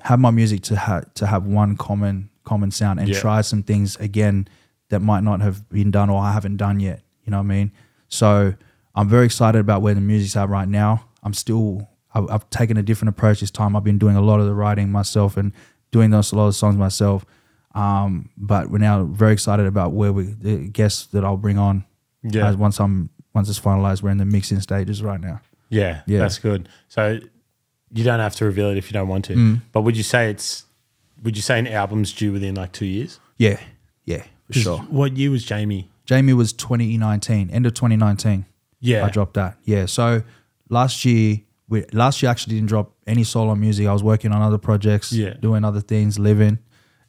S2: have my music to ha- to have one common common sound and
S1: Yeah.
S2: try some things again that might not have been done or I haven't done yet. You know what I mean? So I'm very excited about where the music's at right now. I'm still I've, I've taken a different approach this time. I've been doing a lot of the writing myself and doing those a lot of songs myself. Um, but we're now very excited about where we the guests that I'll bring on.
S1: Yeah.
S2: As once I'm once it's finalized, we're in the mixing stages right now.
S1: Yeah,
S2: Yeah.
S1: that's good. So you don't have to reveal it if you don't want to.
S2: Mm.
S1: But would you say it's would you say an album's due within like two years?
S2: Yeah, yeah, for sure.
S1: What year was Jamie?
S2: Jamie was 2019, end of 2019.
S1: Yeah.
S2: I dropped that. Yeah. So last year, we, last year I actually didn't drop any solo music. I was working on other projects,
S1: Yeah.
S2: doing other things, living,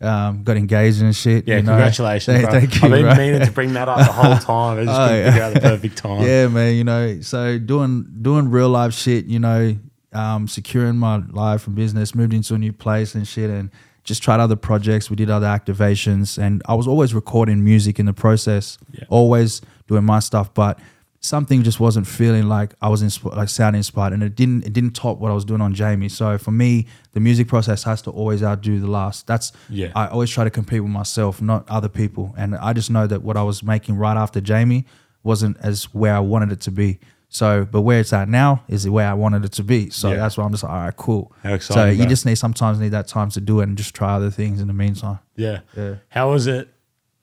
S2: um, got engaged and shit.
S1: Yeah,
S2: you know.
S1: congratulations,
S2: Thank-
S1: bro.
S2: Thank you.
S1: I've been
S2: bro.
S1: meaning to bring that up the whole time. I just
S2: Oh,
S1: couldn't
S2: yeah.
S1: figure out the perfect time.
S2: Yeah, man. You know, so doing doing real life shit. You know, um, securing my life and business, moved into a new place and shit, and just tried other projects. We did other activations, and I was always recording music in the process.
S1: Yeah.
S2: Always doing my stuff, but something just wasn't feeling like I was insp- like sound inspired, and it didn't it didn't top what I was doing on Jamie. So for me, the music process has to always outdo the last. That's
S1: Yeah.
S2: I always try to compete with myself, not other people. And I just know that what I was making right after Jamie wasn't as where I wanted it to be. So, but where it's at now is the way I wanted it to be. So
S1: Yeah.
S2: that's why I'm just like, all right, cool.
S1: How
S2: so
S1: exciting,
S2: you
S1: bro.
S2: just need sometimes need that time to do it and just try other things in the meantime.
S1: Yeah.
S2: Yeah.
S1: How was it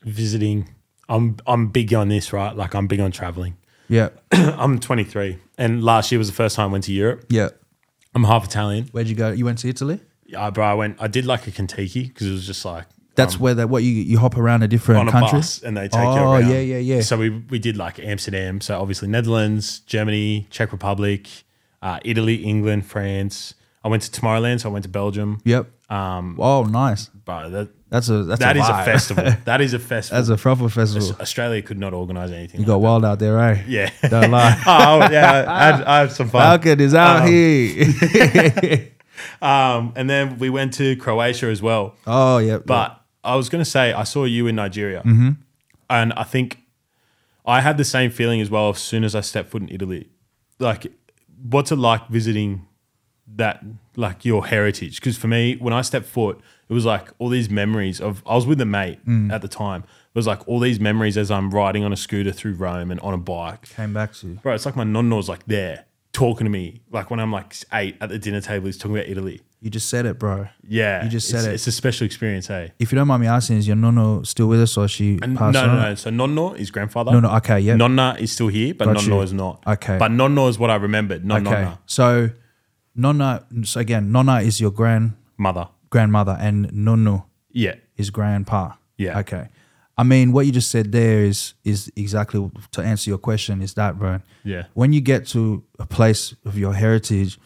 S1: visiting. I'm I'm big on this, right? Like I'm big on traveling.
S2: Yeah.
S1: I'm 23, and last year was the first time I went to Europe.
S2: Yeah.
S1: I'm half Italian.
S2: Where'd you go? You went to Italy?
S1: Yeah, bro, I went. I did like a Kentucky because it was just like
S2: That's where that what you you hop
S1: Um,
S2: around a
S1: on
S2: different
S1: a
S2: country.
S1: bus and they take you
S2: Oh,
S1: around.
S2: yeah, yeah, yeah.
S1: So we we did like Amsterdam. So obviously Netherlands, Germany, Czech Republic, uh, Italy, England, France. I went to Tomorrowland, so I went to Belgium.
S2: Yep.
S1: Um,
S2: Oh, nice.
S1: bro, that
S2: That's a that's
S1: that
S2: a
S1: is a
S2: vibe.
S1: festival. that is a festival.
S2: That's a proper festival.
S1: Australia could not organize anything.
S2: You got wild out there, eh?
S1: yeah.
S2: Don't lie.
S1: oh yeah, I had, I had some fun.
S2: Falcon is out here.
S1: Um, and then we went to Croatia as well.
S2: oh yeah. Mm-hmm.
S1: But I was going to say, I saw you in Nigeria. And I think I had the same feeling as well as soon as I stepped foot in Italy. Like, what's it like visiting that, like your heritage? Because for me, when I stepped foot, it was like all these memories of, I was with a mate
S2: Mm.
S1: at the time. It was like all these memories as I'm riding on a scooter through Rome and on a bike.
S2: came back to you.
S1: Bro, it's like my nonno's like there talking to me. Like when I'm like eight at the dinner table, he's talking about Italy.
S2: You just said it, bro.
S1: Yeah.
S2: You just
S1: it's-
S2: said it.
S1: It's a special experience, hey?
S2: If you don't mind me asking, is your nono still with us or she
S1: And
S2: passed
S1: no,
S2: on?
S1: no, no. So Nonno is grandfather.
S2: No, no, okay, yeah.
S1: Nonna is still here, but
S2: Got
S1: Nonno
S2: you.
S1: is not.
S2: Okay.
S1: But Nonno is what I remembered. Not
S2: okay.
S1: Nonna.
S2: So nonna so again, nonna is your grand
S1: Mother.
S2: grandmother and nono
S1: Yeah.
S2: is grandpa.
S1: Yeah.
S2: Okay. I mean, what you just said there is is exactly to answer your question. Is that bro?
S1: Yeah.
S2: When you get to a place of your heritage,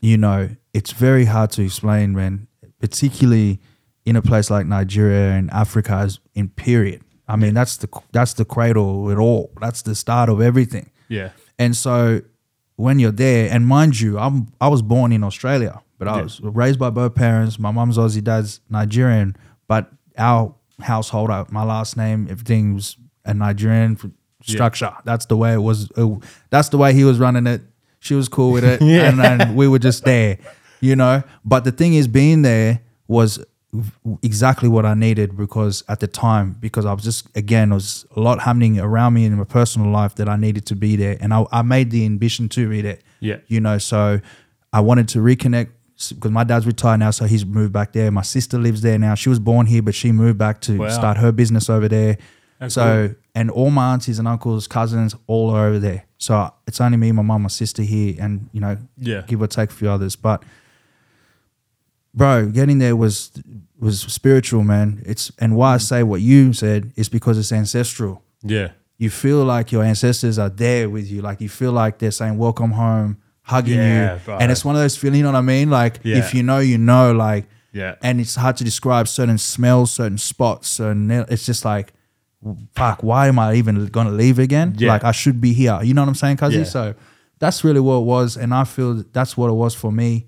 S2: you know it's very hard to explain, man. Particularly in a place like Nigeria and Africa, as in period. I mean, that's the that's the cradle of it all. That's the start of everything.
S1: Yeah.
S2: And so when you're there, and mind you, I'm I was born in Australia, but I was raised by both parents. My mum's Aussie, dad's Nigerian, but our household, uh, my last name, everything was a Nigerian f- structure. That's the way it was. it- that's the way he was running it. She was cool with it, and then we were just there, you know. But the thing is, being there was v- exactly what I needed because at the time, because I was just again, there was a lot happening around me in my personal life that I needed to be there, and I, I made the ambition to be there.
S1: Yeah.
S2: you know, so I wanted to reconnect because my dad's retired now, so he's moved back there. My sister lives there now. She was born here, but she moved back to
S1: Wow.
S2: start her business over there. so and all my aunties and uncles, cousins, all are over there. So it's only me, my mum, my sister here, and you know,
S1: Yeah.
S2: give or take a few others, but bro, getting there was was spiritual, man. It's and
S1: Mm.
S2: why I say what you said is because it's ancestral.
S1: Yeah.
S2: You feel like your ancestors are there with you, like you feel like they're saying "Welcome home," hugging
S1: Yeah,
S2: you,
S1: bro.
S2: and it's one of those feelings. You know what I mean? Like
S1: Yeah.
S2: if you know, you know, like
S1: Yeah.
S2: And it's hard to describe certain smells, certain spots, certain. It's just like, fuck. Why am I even gonna leave again?
S1: Yeah.
S2: Like I should be here. You know what I'm saying, Kazi?
S1: Yeah.
S2: So that's really what it was, and I feel that that's what it was for me.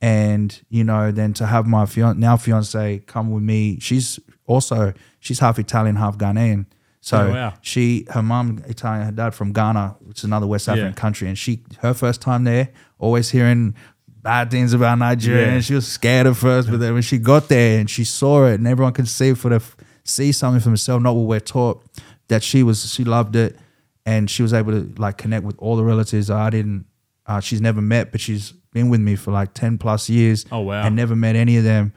S2: And you know, then to have my fian- now fiance come with me, she's also she's half Italian, half Ghanaian. So
S1: Oh, wow.
S2: she, her mom Italian, her dad from Ghana, which is another West African
S1: Yeah.
S2: country, and she her first time there, always hearing bad things about Nigeria,
S1: Yeah.
S2: and she was scared at first, but then when she got there and she saw it, and everyone could see for the see something for herself, not what we're taught, that she was she loved it, and she was able to like connect with all the relatives I didn't, uh, she's never met, but she's been with me for like ten plus years.
S1: Oh, wow.
S2: And never met any of them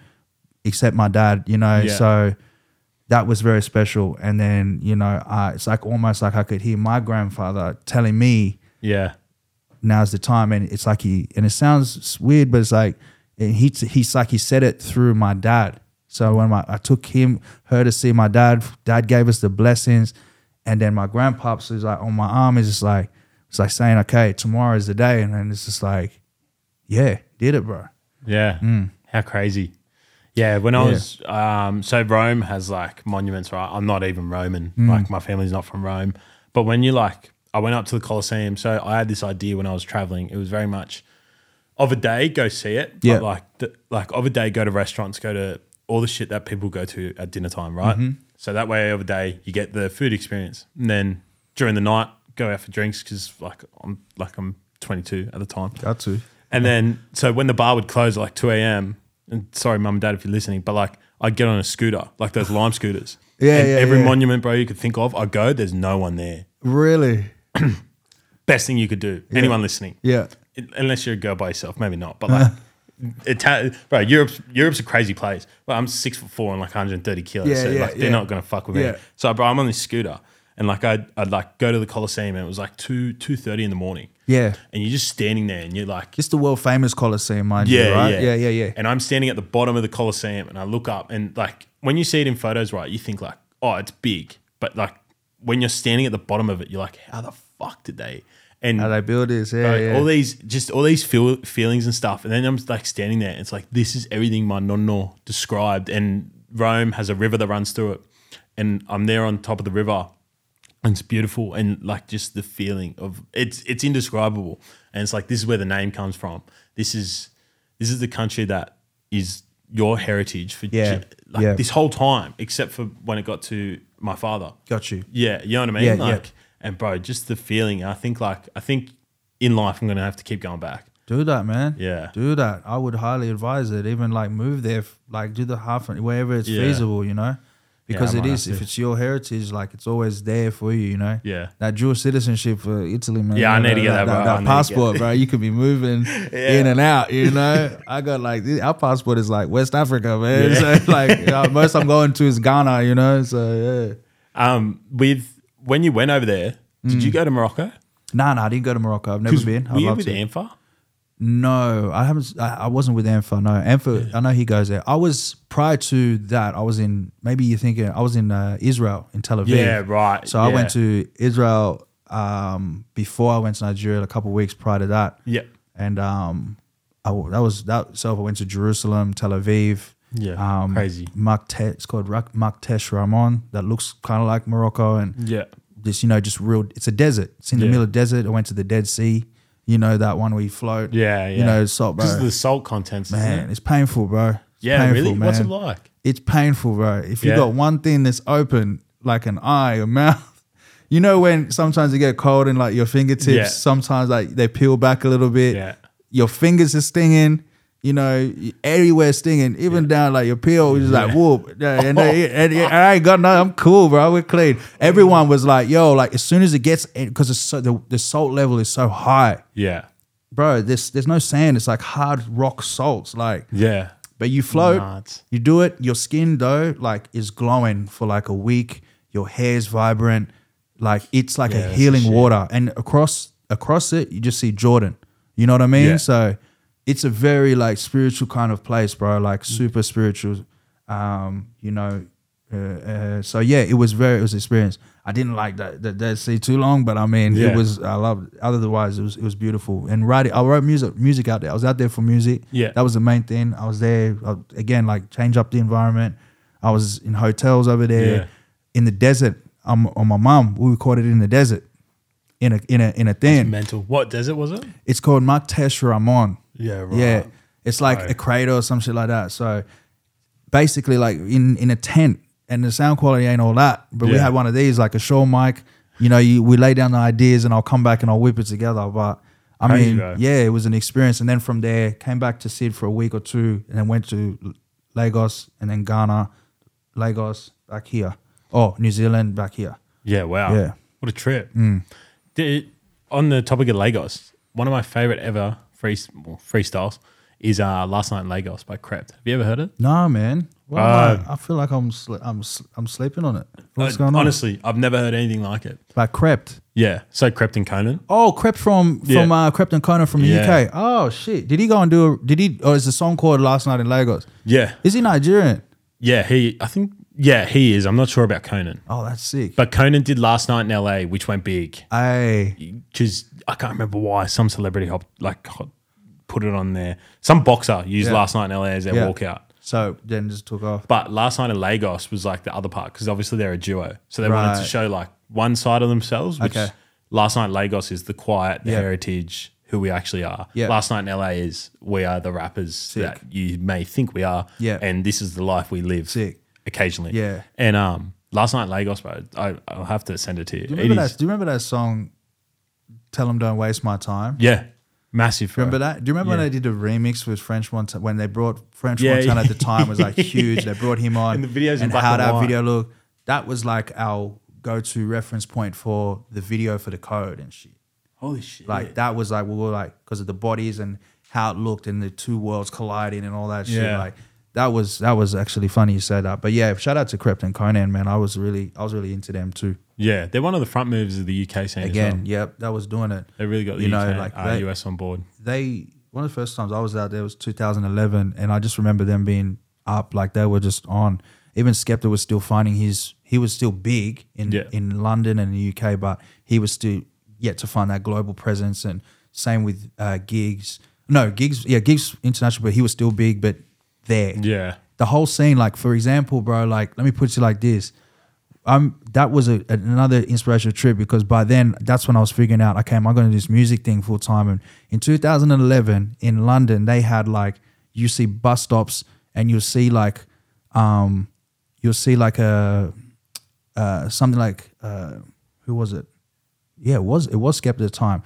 S2: except my dad, you know.
S1: Yeah.
S2: So that was very special. And then, you know, I, it's like almost like I could hear my grandfather telling me,
S1: Yeah.
S2: now's the time. And it's like he, and it sounds weird, but it's like, and he, he's like, he said it through my dad. So when my, I took him, her to see my dad, dad gave us the blessings. And then my grandpops is like on my arm is just like, it's like saying, okay, tomorrow is the day. And then it's just like, yeah, did it, bro.
S1: Yeah. How crazy. Yeah, when I
S2: Mm. Yeah.
S1: was um, so Rome has like monuments, right? I'm not even Roman.
S2: Mm.
S1: Like my family's not from Rome. But when you like, I went up to the Colosseum. So I had this idea when I was traveling. It was very much of a day go see it.
S2: Yeah.
S1: But like the, like of a day go to restaurants, go to all the shit that people go to at dinner time, right?
S2: Mm-hmm.
S1: So that way of a day you get the food experience, and then during the night go out for drinks because like I'm like I'm 22 at the time.
S2: Got to.
S1: And then, so when the bar would close at like 2 a.m., and sorry, mum and dad, if you're listening, but like I'd get on a scooter, like those lime scooters.
S2: Yeah,
S1: And
S2: yeah,
S1: Every
S2: yeah.
S1: monument, bro, you could think of, I go, there's no one there.
S2: Really?
S1: Best thing you could do, anyone listening,
S2: Yeah.
S1: unless you're a girl by yourself, maybe not, but like Italian, bro, Europe's Europe's a crazy place. But I'm six foot four and like 130 kilos,
S2: Yeah,
S1: so
S2: yeah,
S1: like they're
S2: yeah.
S1: not gonna fuck with
S2: Yeah.
S1: me. So, bro, I'm on this scooter, and like I'd, I'd like go to the Coliseum, and it was like two two thirty in the morning.
S2: Yeah.
S1: and you're just standing there, and you're like,
S2: It's the world famous Colosseum, mind you, right? Yeah, yeah, yeah.
S1: And I'm standing at the bottom of the Colosseum and I look up and like when you see it in photos, right, you think like, oh, it's big. But like when you're standing at the bottom of it, you're like, how the fuck did they? And
S2: How they build this, yeah,
S1: like,
S2: yeah.
S1: all these just all these feel, feelings and stuff. And then I'm like standing there. It's like this is everything my nonno described. And Rome has a river that runs through it. And I'm there on top of the river. And it's beautiful and like just the feeling of it's it's indescribable. And it's like this is where the name comes from. This is this is the country that is your heritage for
S2: Yeah,
S1: ge- like
S2: yeah.
S1: this whole time, except for when it got to my father.
S2: Got you.
S1: Yeah, you know what I mean.
S2: Yeah, yeah.
S1: like, And bro, just the feeling. I think like I think in life I'm gonna have to keep going back.
S2: Do that, man.
S1: Yeah.
S2: Do that. I would highly advance it. Even like move there, f- like do the half wherever it's
S1: Yeah.
S2: feasible, you know? Because
S1: I
S2: it
S1: might
S2: is,
S1: have
S2: if
S1: to.
S2: it's your heritage, like it's always there for you, you know?
S1: Yeah.
S2: That dual citizenship for Italy, man.
S1: Yeah, I
S2: you know,
S1: need to get that, bro. I
S2: That,
S1: need to
S2: passport, bro. You could be moving in and out, you know? I got like, th- our passport is like West Africa, man. So, like, uh, most I'm going to is Ghana, you know? So, yeah.
S1: Um, with when you went over there, did you go to Morocco?
S2: Nah, nah, I didn't go to Morocco. I've never
S1: 'Cause
S2: been. Mm. I'd
S1: Were you
S2: love
S1: with
S2: to.
S1: Anfa?
S2: No, I haven't. I, I wasn't with Ampha. No, Ampha. I know he goes there. I was prior to that. I was in. Maybe you're thinking I was in uh, Israel in Tel Aviv.
S1: Yeah, right,
S2: So I went
S1: yeah.
S2: to Israel um, before I went to Nigeria. A couple of weeks prior to that.
S1: Yep.
S2: And um, I w that was that. So I went to Jerusalem, Tel Aviv.
S1: Yeah,
S2: Um,
S1: crazy.
S2: Maktesh. It's called Rak- Maktesh Ramon. That looks kind of like Morocco and
S1: Yeah.
S2: this you know just real it's a desert it's in the
S1: Yeah.
S2: middle of desert i went to the dead sea you know that one where you float
S1: Yeah, yeah.
S2: you know salt bro
S1: Because of the salt contents, isn't
S2: man
S1: it?
S2: it's painful bro It's
S1: Yeah,
S2: painful,
S1: really. What's it
S2: man.
S1: like?
S2: it's painful bro if you
S1: Yeah.
S2: got one thing that's open like an eye or mouth you know when sometimes you get cold and like your fingertips
S1: Yeah.
S2: sometimes like they peel back a little bit
S1: Yeah.
S2: your fingers are stinging you know, everywhere stinging, even down like your peel, was just like whoop, Yeah, and, they- and- and I ain't got nothing. I'm cool, bro. We're clean. Everyone was like, "Yo, like as soon as it gets, because it's so the, the salt level is so high,
S1: Yeah.
S2: bro. There's there's no sand. It's like hard rock salts. Like,
S1: Yeah.
S2: but you float,
S1: Nuts.
S2: you do it. Your skin though, like, is glowing for like a week. Your hair's vibrant. Like it's like
S1: Yeah,
S2: a
S1: that's
S2: healing
S1: the shit.
S2: water. And across across it, you just see Jordan. You know what I mean?
S1: Yeah.
S2: So it's a very like spiritual kind of place, bro.
S1: Mm.
S2: Like super spiritual. Um, you know. Uh, uh, so yeah, it was very it was an experience. I didn't like that that Dead Sea too long, but I mean it
S1: Yeah.
S2: was I loved. It. Otherwise, it was it was beautiful. And writing, I wrote music music out there. I was out there for music.
S1: Yeah.
S2: that was the main thing. I was there I, again, like change up the environment. I was in hotels over there,
S1: Yeah.
S2: in the desert. I'm on my mom. We recorded in the desert, in a in a in a thing.
S1: Mental. What desert was it?
S2: It's called Maktesh Ramon.
S1: Yeah, right.
S2: Yeah, it's like
S1: Right.
S2: a crater or some shit like that. So basically, like in in a tent, and the sound quality ain't all that. But we
S1: Yeah.
S2: had one of these, like a Shaw mic. You know, you, we lay down the ideas, and I'll come back and I'll whip it together. But I
S1: Crazy,
S2: mean,
S1: bro.
S2: yeah, it was an experience. And then from there, came back to Sid for a week or two, and then went to L- Lagos, and then Ghana, Lagos, back here. Oh, New Zealand, back here.
S1: Yeah, wow.
S2: Yeah. Mm.
S1: What a trip. Did- on the topic of Lagos, one of my favorite ever free, well, freestyles is uh, Last Night in Lagos by Crept. Have you ever heard it?
S2: Nah, man. Why am I, I feel like I'm sl- I'm sl- I'm sleeping on it. What's
S1: Uh,
S2: going on?
S1: Honestly, I've never heard anything like it.
S2: Like crept.
S1: Yeah. So Crept and Conan.
S2: Oh, crept from
S1: Yeah.
S2: from uh, crept and Conan from the
S1: Yeah.
S2: UK. Oh shit! Did he go and do? A, did he? Or is the song called "Last Night in Lagos"?
S1: Yeah.
S2: Is he Nigerian?
S1: Yeah. He, I think, yeah, he is. I'm not sure about Conan.
S2: Oh, that's sick.
S1: But Conan did Last Night in LA, which went big.
S2: Hey,
S1: Because I can't remember why some celebrity hop, like hop- put it on there. Some boxer used
S2: Yeah.
S1: Last Night in LA as their
S2: Yeah.
S1: walkout.
S2: so then just took off.
S1: But last night in Lagos was like the other part because obviously they're a duo, so they wanted
S2: Right.
S1: to show like one side of themselves. Which
S2: Okay.
S1: last night in Lagos is the quiet, the
S2: Yeah.
S1: heritage, who we actually are.
S2: Yeah.
S1: Last night in LA is we are the rappers that you may think we are.
S2: Yeah.
S1: and this is the life we live.
S2: Sick.
S1: Occasionally.
S2: Yeah.
S1: and um, last night in Lagos, bro, I, I'll have to send it to you.
S2: Do you
S1: It
S2: remember
S1: is-
S2: that? Do you remember that song? Tell them don't waste my time.
S1: yeah, massive. bro.
S2: Remember that? Do you remember when
S1: Yeah.
S2: they did a remix with French Montana when they brought French
S1: Yeah.
S2: Montana at the time was like huge. They brought him on
S1: And the video's in
S2: and
S1: black
S2: how
S1: and
S2: that
S1: white.
S2: video looked. That was like our go-to reference point for the video for the code and shit.
S1: Holy shit!
S2: Like that was like we were like because of the bodies and how it looked and the two worlds colliding and all that shit.
S1: Yeah.
S2: Like that was that was actually funny you said that. But yeah, shout out to Crept and Conan, man. I was really I was really into them too.
S1: Yeah, they're one of the front moves of the UK scene. Again,
S2: Again, yep, that was doing it.
S1: they really got the
S2: you know,
S1: UK,
S2: like
S1: uh,
S2: they-
S1: US on board.
S2: They one of the first times I was out there was 2011, and I just remember them being up like they were just on. Even Skepta was still finding his. He was still big in
S1: Yeah.
S2: in London and the UK, but he was still yet to find that global presence. And same with uh, gigs. No gigs. Yeah, gigs international, but he was still big, but there
S1: Yeah,
S2: the whole scene like for example bro like let me put it like this um that was a, another inspirational trip because by then that's when i was figuring out okay am i going to do this music thing full time and in 2011 in london they had like you see bus stops and you'll see like um you'll see like a uh something like uh who was it yeah it was it was Skep at the time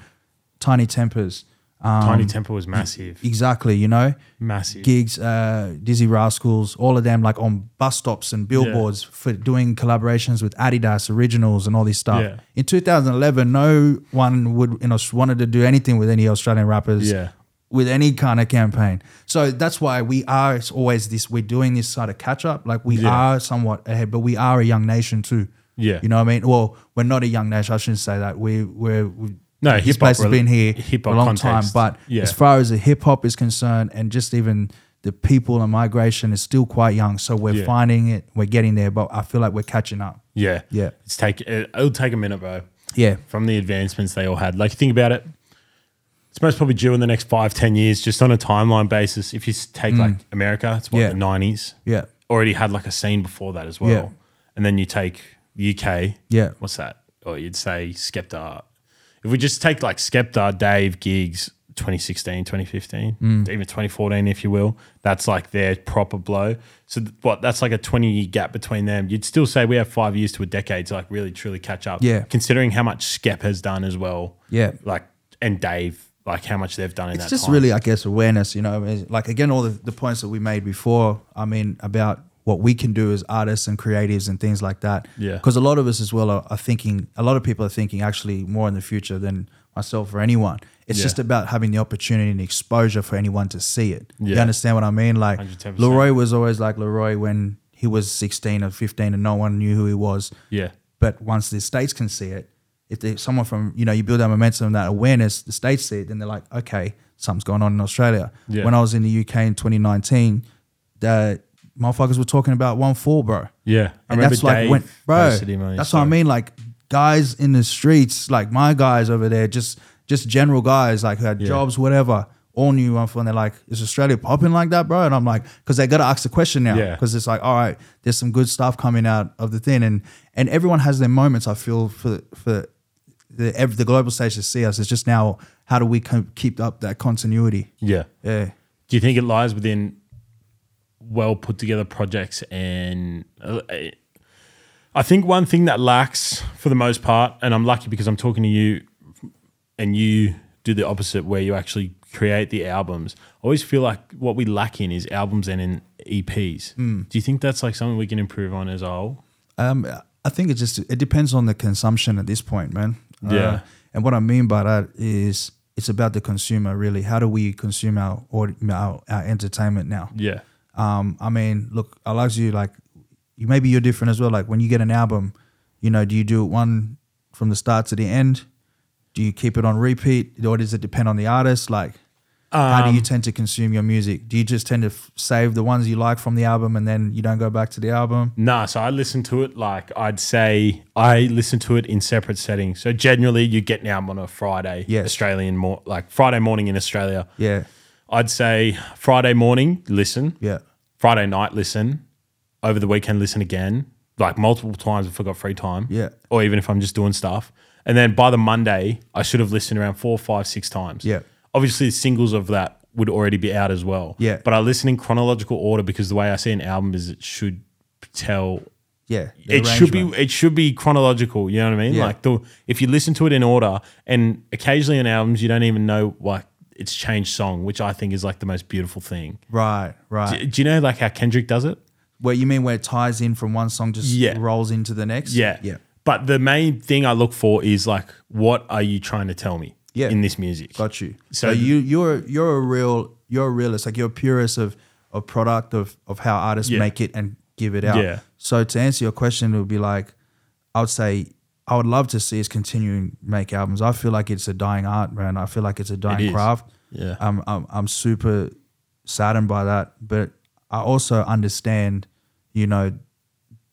S2: tiny tempers um
S1: Tiny Temple was massive,
S2: exactly you know
S1: massive.
S2: gigs, uh, Dizzy Rascals, all of them like on bus stops and billboards for doing collaborations with Adidas Originals and all this stuff.
S1: Yeah.
S2: In 2011, no one would you know wanted to do anything with any Australian rappers.
S1: Yeah.
S2: With any kind of campaign, so that's why we are it's always this. We're doing this sort of catch up, like we
S1: Yeah.
S2: are somewhat ahead, but we are a young nation too.
S1: Yeah.
S2: you know what I mean. Well, we're not a young nation. I shouldn't say that. We we're, we
S1: No,
S2: this
S1: hip-hop
S2: place has
S1: rel-
S2: been here
S1: hip-hop
S2: for a long
S1: context.
S2: time, but
S1: Yeah.
S2: as far as the hip hop is concerned, and just even the people and migration is still quite young, so we're
S1: Yeah.
S2: finding it, we're getting there, but I feel like we're catching up.
S1: yeah,
S2: Yeah.
S1: It's take it, it'll take a minute, bro.
S2: Yeah,
S1: From the advancements they all had, like think about it, it's most probably due in the next five, ten years, just on a timeline basis. If you s- take like America, it's what
S2: Mm. Yeah.
S1: the nineties.
S2: yeah,
S1: already had like a scene before that as well.
S2: Yeah.
S1: And then you take UK.
S2: Yeah.
S1: What's that? Or you'd say Skepta. If we just take like Skepta, Dave, Gigs, 2016, 2015,
S2: Mm.
S1: even 2014, if you will, that's like their proper blow. So th- what? That's like a 20 year gap between them. You'd still say we have five years to a decade to like really truly catch up.
S2: Yeah.
S1: Considering how much Skep has done as well.
S2: Yeah.
S1: Like and Dave, like how much they've done in
S2: it's
S1: that
S2: just
S1: time.
S2: really, I guess, awareness. You know, I mean, like again, all the, the points that we made before. I mean, about what we can do as artists and creatives and things like that.
S1: Yeah.
S2: Because a lot of us as well are, are thinking. A lot of people are thinking actually more in the future than myself or anyone. It's
S1: Yeah.
S2: just about having the opportunity and exposure for anyone to see it. You
S1: Yeah.
S2: understand what I mean? Like
S1: 110%.
S2: Leroy was always like Leroy when he was 16 or 15 and no one knew who he was.
S1: Yeah.
S2: But once the states can see it, if there's someone from, you know, you build that momentum, that awareness, the states see it, then they're like, okay, something's going on in Australia.
S1: Yeah.
S2: When I was in the UK in 2019, the motherfuckers were talking about 1 4, bro.
S1: Yeah. I
S2: And
S1: remember
S2: that's like
S1: Dave
S2: when, bro.
S1: posted him on his
S2: That's what I
S1: story.
S2: mean. Like guys in the streets, like my guys over there, just just general guys, like who had jobs, whatever. All new one for, and they're like, "Is Australia popping like that, bro?" And I'm like, "Cause they gotta ask the question now,
S1: Yeah.
S2: because it's like, all right, there's some good stuff coming out of the thing, and and everyone has their moments. I feel for for the ev- the global stage to see us. It's just now, how do we co- keep up that continuity?
S1: Yeah.
S2: Yeah,
S1: Do you think it lies within well put together projects? And uh, I think one thing that lacks for the most part, and I'm lucky because I'm talking to you and you do the opposite where you actually create the albums. I always feel like what we lack in is albums and in EPs. Do you think that's like something we can improve on as a whole?
S2: Um, I think it just it depends on the consumption at this point, man. Uh,
S1: Yeah.
S2: and what I mean by that is it's about the consumer, really. How do we consume our aud- our, our entertainment now?
S1: Yeah.
S2: Um, I mean, look, I like you. Like, you, maybe you're different as well. Like when you get an album, you know, do you do it one from the start to the end? Do you keep it on repeat, or does it depend on the artist? Like, how
S1: Um,
S2: do you tend to consume your music? Do you just tend to f- save the ones you like from the album and then you don't go back to the album?
S1: Nah, so I listen to it like I'd say I listen to it in separate settings. So generally, you get now I'm on a Friday,
S2: Yes.
S1: Australian more like Friday morning in Australia.
S2: Yeah,
S1: I'd say Friday morning listen,
S2: yeah,
S1: Friday night listen, over the weekend listen again, like multiple times if I got free time,
S2: Yeah.
S1: or even if I'm just doing stuff. And then by the Monday, I should have listened around four, five, six times.
S2: Yeah.
S1: obviously singles of that would already be out as well.
S2: Yeah.
S1: but I listen in chronological order because the way I see an album is it should tell
S2: yeah. the
S1: it should be
S2: arrangement.
S1: it should be chronological. You know what I mean?
S2: Yeah.
S1: Like the if you listen to it in order, and occasionally on albums you don't even know like it's changed song, which I think is like the most beautiful thing.
S2: Right, right.
S1: Do, do you know like how Kendrick does it?
S2: Where you mean where it ties in from one song just
S1: Yeah.
S2: rolls into the next?
S1: Yeah,
S2: Yeah.
S1: But the main thing I look for is like, what are you trying to tell me?
S2: Yeah.
S1: in this music.
S2: Got you.
S1: So
S2: So,
S1: th-
S2: you you're you're a real you're a realist, like you're a purist of of product of of how artists
S1: Yeah.
S2: make it and give it out.
S1: Yeah.
S2: So to answer your question, it would be like I would say I would love to see us continuing make albums. I feel like it's a dying art, man. I feel like it's a dying
S1: is.
S2: craft.
S1: Yeah.
S2: I'm I'm I'm super saddened by that, but I also understand, you know,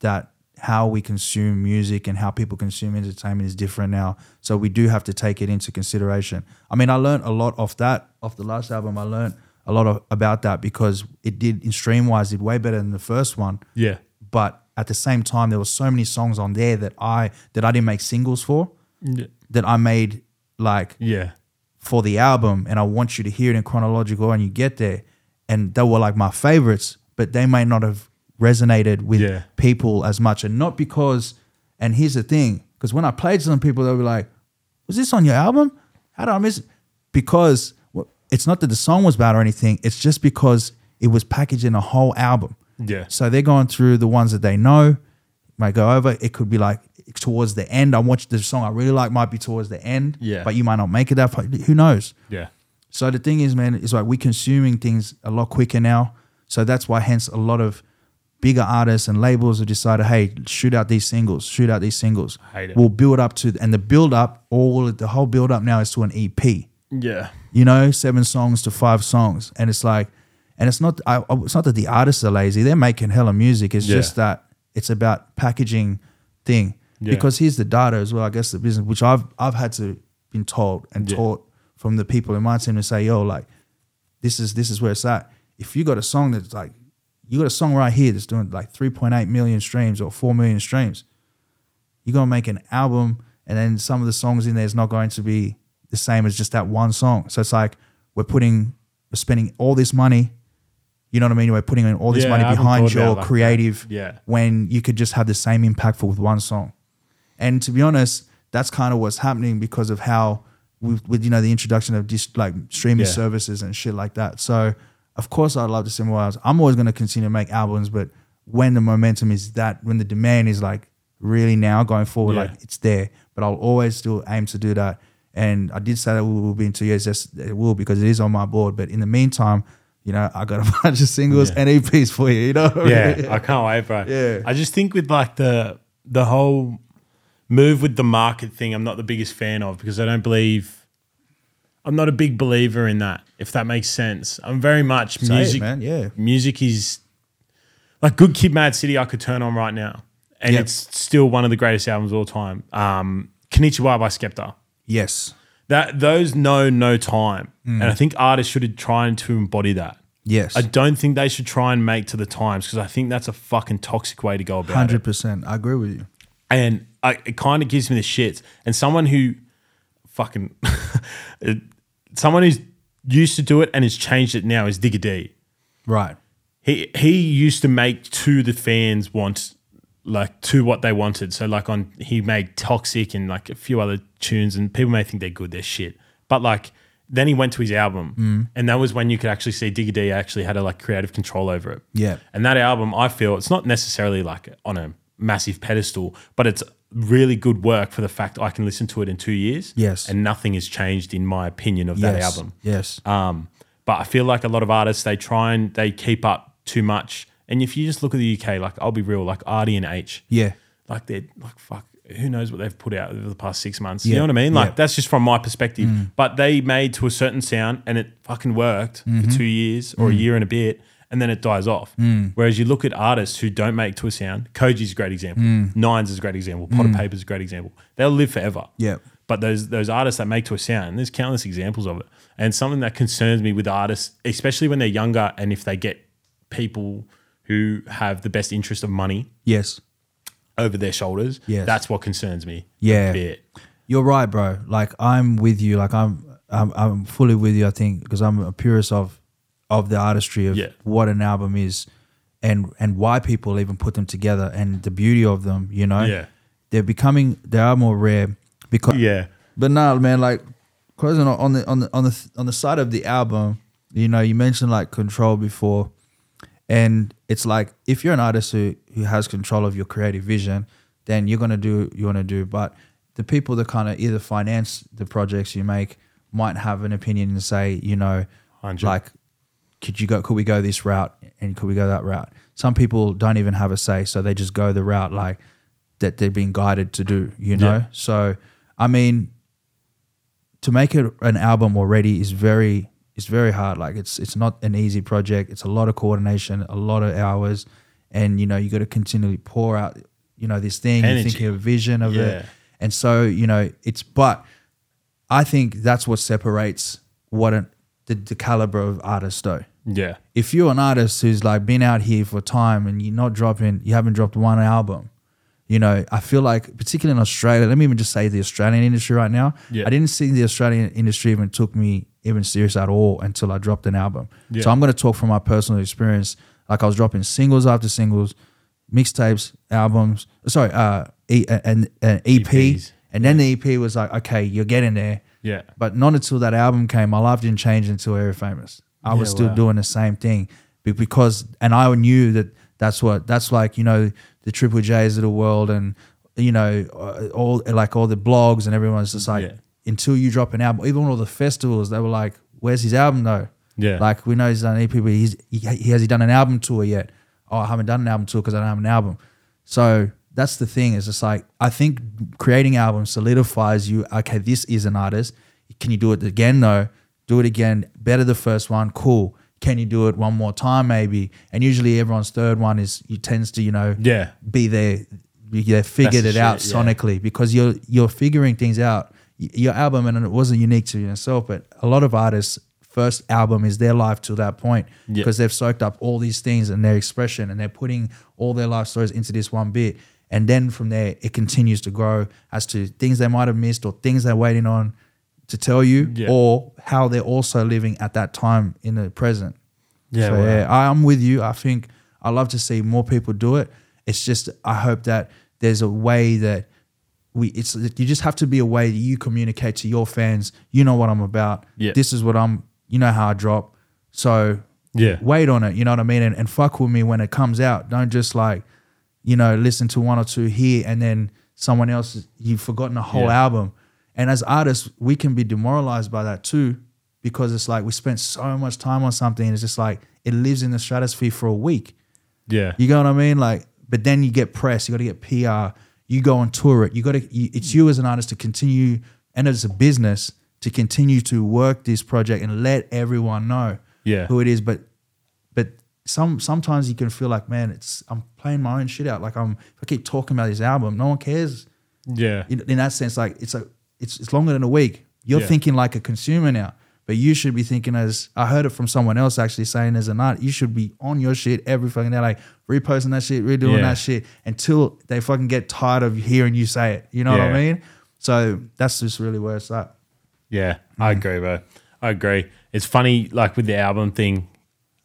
S2: that how we consume music and how people consume entertainment is different now. So we do have to take it into consideration. I mean, I learned a lot off that, off the last album. I learned a lot of, about that because it did, in stream wise, did way better than the first one.
S1: Yeah.
S2: But at the same time, there were so many songs on there that I that I didn't make singles for,
S1: Yeah.
S2: that I made like
S1: Yeah.
S2: for the album and I want you to hear it in chronological order and you get there. And they were like my favorites, but they may not have resonated with
S1: Yeah.
S2: people as much. And not because, and here's the thing, because when I played some people, they'll be like, was this on your album? How did I miss it? Because wh- it's not that the song was bad or anything, it's just because it was packaged in a whole album.
S1: Yeah.
S2: So they're going through the ones that they know, might go over. It could be like towards the end. I watched the song I really like might be towards the end.
S1: Yeah.
S2: But you might not make it that far. Who knows?
S1: Yeah.
S2: So the thing is, man, is like we're consuming things a lot quicker now. So that's why hence a lot of bigger artists and labels have decided, hey, shoot out these singles, shoot out these singles.
S1: Hate it.
S2: We'll build up to and the build up, all the whole build up now is to an E EP
S1: Yeah.
S2: you know, seven songs to five songs, and it's like, and it's not, I, I- it's not that the artists are lazy; they're making hella music. It's
S1: Yeah.
S2: just that it's about packaging thing.
S1: Yeah.
S2: Because here's the data as well. I guess the business, which I've I've had to been told and
S1: Yeah.
S2: taught from the people in my team to say, yo, like, this is this is where it's at. If you got a song that's like, you got a song right here that's doing like 3.8 million streams or four million streams, you're gonna make an album and then some of the songs in there is not going to be the same as just that one song. So it's like we're putting we're spending all this money, you know what I mean? We're putting in all this
S1: Yeah, I
S2: money
S1: haven't
S2: behind
S1: thought about
S2: your
S1: it like
S2: creative
S1: that. Yeah.
S2: when you could just have the same impactful with one song. And to be honest, that's kind of what's happening because of how with, with you know the introduction of dis- like streaming
S1: Yeah.
S2: services and shit like that. So of course I'd love to see more albums. I'm always going to continue to make albums, but when the momentum is that, when the demand is like really now going forward,
S1: Yeah.
S2: like it's there. But I'll always still aim to do that. And I did say that we will be in two years. Yes, it will because it is on my board. But in the meantime, you know, I got a bunch of singles
S1: Yeah.
S2: and EPs for you. You know, what I mean?
S1: yeah, I can't wait, bro.
S2: Yeah.
S1: I just think with like the the whole move with the market thing, I'm not the biggest fan of because I don't believe I'm not a big believer in that, if that makes sense. I'm very much
S2: it,
S1: music
S2: man, yeah.
S1: Music is like Good Kid Mad City I could turn on right now. And
S2: Yeah.
S1: it's still one of the greatest albums of all time. Um Konnichiwa by Skepta
S2: Yes.
S1: that those know no time,
S2: Hmm.
S1: and I think artists should try and to embody that.
S2: Yes.
S1: I don't think they should try and make to the times because I think that's a fucking toxic way to go about it.
S2: Hundred percent. I agree with you.
S1: And I, it kind of gives me the shits. And someone who fucking someone who's used to do it and has changed it now is Digger D.
S2: Right.
S1: He he used to make to the fans want like to what they wanted. So like on he made Toxic and like a few other tunes and people may think they're good, they're shit. But like then he went to his album
S2: Mm.
S1: and that was when you could actually see Digger D actually had a like creative control over it.
S2: Yeah.
S1: And that album I feel it's not necessarily like on a massive pedestal, but it's really good work for the fact I can listen to it in two years.
S2: Yes.
S1: And nothing has changed in my opinion of that
S2: yes.
S1: album.
S2: Yes.
S1: Um, but I feel like a lot of artists they try and they keep up too much. And if you just look at the UK, like I'll be real, like Artie and H,
S2: yeah.
S1: like they're like fuck, who knows what they've put out over the past six months? You
S2: Yeah,
S1: know what I mean? Like
S2: yeah. Mm.
S1: that's just from my perspective. But they made to a certain sound and it fucking worked
S2: Mm-hmm.
S1: for two years
S2: Mm.
S1: or a year and a bit. And then it dies off. Whereas you look at artists who don't make to a sound, Koji's a great example,
S2: Mm.
S1: Nines is a great example, Pot of Paper's a great example. They'll live forever.
S2: Yeah.
S1: But those those artists that make to a sound, and there's countless examples of it. And something that concerns me with artists, especially when they're younger and if they get people who have the best interest of money
S2: Yes.
S1: over their shoulders,
S2: Yes.
S1: that's what concerns me.
S2: Yeah.
S1: A bit.
S2: You're right, bro. Like I'm with you. Like I'm I'm, I'm fully with you. I think because I'm a purist of of the artistry of
S1: Yeah.
S2: what an album is, and and why people even put them together and the beauty of them. You know.
S1: Yeah.
S2: They're becoming. They are more rare because.
S1: Yeah.
S2: But nah, man, like closing on- on the on the on the on the side of the album, you know, you mentioned like control before, and it's like if you're an artist who who has control of your creative vision, then you're gonna do what you want to do. But the people that kind of either finance the projects you make might have an opinion and say, you know,
S1: 100.
S2: like, could you go? Could we go this route and could we go that route? Some people don't even have a say, so they just go the route like that they've been guided to do. You know,
S1: Yeah.
S2: so I mean, to make it an album already is very it's very hard like it's it's not an easy project it's a lot of coordination a lot of hours and you know you got to continually pour out you know this thing you
S1: Energy.
S2: think of a vision of
S1: Yeah.
S2: it and so you know it's but i think that's what separates what an, the, the caliber of artist though
S1: yeah,
S2: if you're an artist who's like been out here for time and you're not dropping, you haven't dropped one album, you know, I feel like particularly in Australia, let me even just say the Australian industry right now.
S1: Yeah.
S2: I didn't see the Australian industry even took me even serious at all until I dropped an album.
S1: Yeah.
S2: So I'm gonna talk from my personal experience. Like I was dropping singles after singles, mixtapes, albums. Sorry, uh, e- and an EP,
S1: EPs.
S2: and then the EP was like, okay, you're getting there.
S1: E yeah,
S2: But not until that album came, my life didn't change until Area Famous. I was
S1: Yeah,
S2: still
S1: wow.
S2: doing the same thing be- because, and I knew that that's what that's like. You know, the Triple J's of the world, and you know, uh, all like all the blogs and everyone's just like,
S1: Yeah.
S2: until you drop an album, even all the festivals, they were like, "Where's his album though?"
S1: Yeah.
S2: like we know he's done an EP, but he's he, he has he done an album tour yet? Oh, I haven't done an album tour because I don't have an album. So that's the thing. It's just like I think creating albums solidifies you. Okay, this is an artist. Can you do it again though? Do it again. Better the first one. Cool. Can you do it one more time maybe? And usually everyone's third one is you tends to you know
S1: yeah,
S2: be there, be there, figured
S1: the
S2: it out
S1: shit, yeah.
S2: sonically because you're you're figuring things out. Y- Your album, and it wasn't unique to yourself, but a lot of artists' first album is their life till that point
S1: Yeah.
S2: because they've soaked up all these things and their expression, and they're putting all their life stories into this one bit. And then from there, it continues to grow as to things they might have missed or things they're waiting on to tell you,
S1: Yeah.
S2: or how they're also living at that time in the present.
S1: yeah,
S2: So,
S1: wow.
S2: yeah, I, I'm with you. I think I love to see more people do it. It's just I hope that there's a way that we. It's you just have to be a way that you communicate to your fans. You know what I'm about.
S1: Yeah.
S2: This is what I'm. You know how I drop. So
S1: Yeah.
S2: wait on it. You know what I mean. And, and fuck with me when it comes out. Don't just like, you know, listen to one or two here and then someone else. You've forgotten a whole
S1: Yeah.
S2: album. And as artists, we can be demoralized by that too, because it's like we spent so much time on something. And it's just like it lives in the stratosphere for a week.
S1: yeah,
S2: You know what I mean? Like, but then you get press. You got to get PR. You go on tour. It. You got to. It's you as an artist to continue, and as a business to continue to work this project and let everyone know
S1: Yeah.
S2: who it is. But, but some sometimes you can feel like, man, it's I'm playing my own shit out. Like I'm. If I keep talking about this album, no one cares.
S1: yeah,
S2: In, in that sense, like it's a. It's it's longer than a week. You're
S1: Yeah.
S2: thinking like a consumer now. But you should be thinking as I heard it from someone else actually saying as an art, you should be on your shit every fucking day, like reposting that shit, redoing
S1: Yeah.
S2: that shit until they fucking get tired of hearing you say it. You know what I
S1: Yeah.
S2: mean? So that's just really where it's at.
S1: Yeah,
S2: Mm.
S1: I agree, bro. I agree. It's funny, like with the album thing,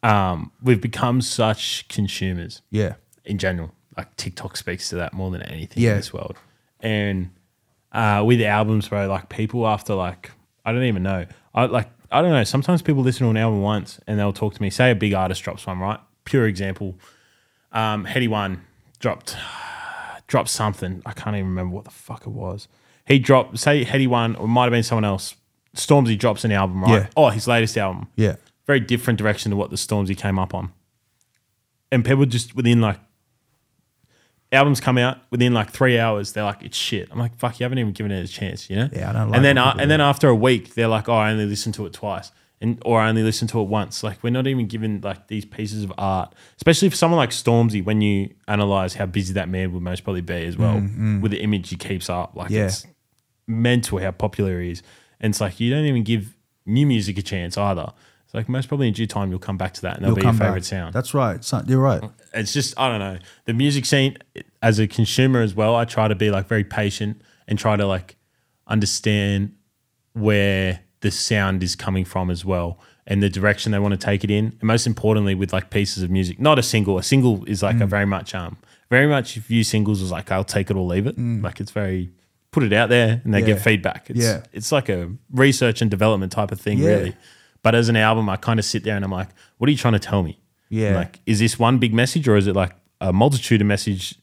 S1: um, we've become such consumers
S2: Yeah.
S1: in general. Like TikTok speaks to that more than anything
S2: Yeah.
S1: in this world. And uh, with albums, bro, like people after like I don't even know. I like I don't know. Sometimes people listen to an album once and they'll talk to me. Say a big artist drops one, right? Pure example. Um, Heady One dropped dropped something. I can't even remember what the fuck it was. He dropped say Heady One or it might have been someone else. Stormzy drops an album, right?
S2: Yeah.
S1: Oh, his latest album
S2: Yeah.
S1: very different direction to what the Stormzy came up on. And people just within like albums come out within like three hours, they're like, it's shit. I'm like, fuck, you haven't even given it a chance, you know?
S2: Yeah, I don't like
S1: And then
S2: when
S1: uh,
S2: people do
S1: and then after a week, they're like, oh, I only listened to it twice. And or I only listened to it once. Like we're not even given like these pieces of art, especially for someone like Stormzy. When you analyze how busy that man would most probably be as well with the image he keeps up, like
S2: Mm, Yeah.
S1: it's mental how popular he is. And it's like you don't even give new music a chance either. It's like most probably in due time you'll come back to that and that'll be your favorite sound. Oh,
S2: That's right. So- you're right.
S1: it's just I don't know. The music scene as a consumer as well, I try to be like very patient and try to like understand where the sound is coming from as well and the direction they want to take it in. And most importantly with like pieces of music. Not a single. A single is like a
S2: Mm.
S1: very much um very much view singles as like I'll take it or leave it. Like it's very put it out there and they
S2: Mm. Yeah.
S1: get feedback. It's
S2: Yeah.
S1: it's like a research and development type of thing
S2: Yeah.
S1: really. But as an album I kind of sit there and I'm like, what are you trying to tell me?
S2: Yeah.
S1: Like, is this one big message or is it like a multitude of message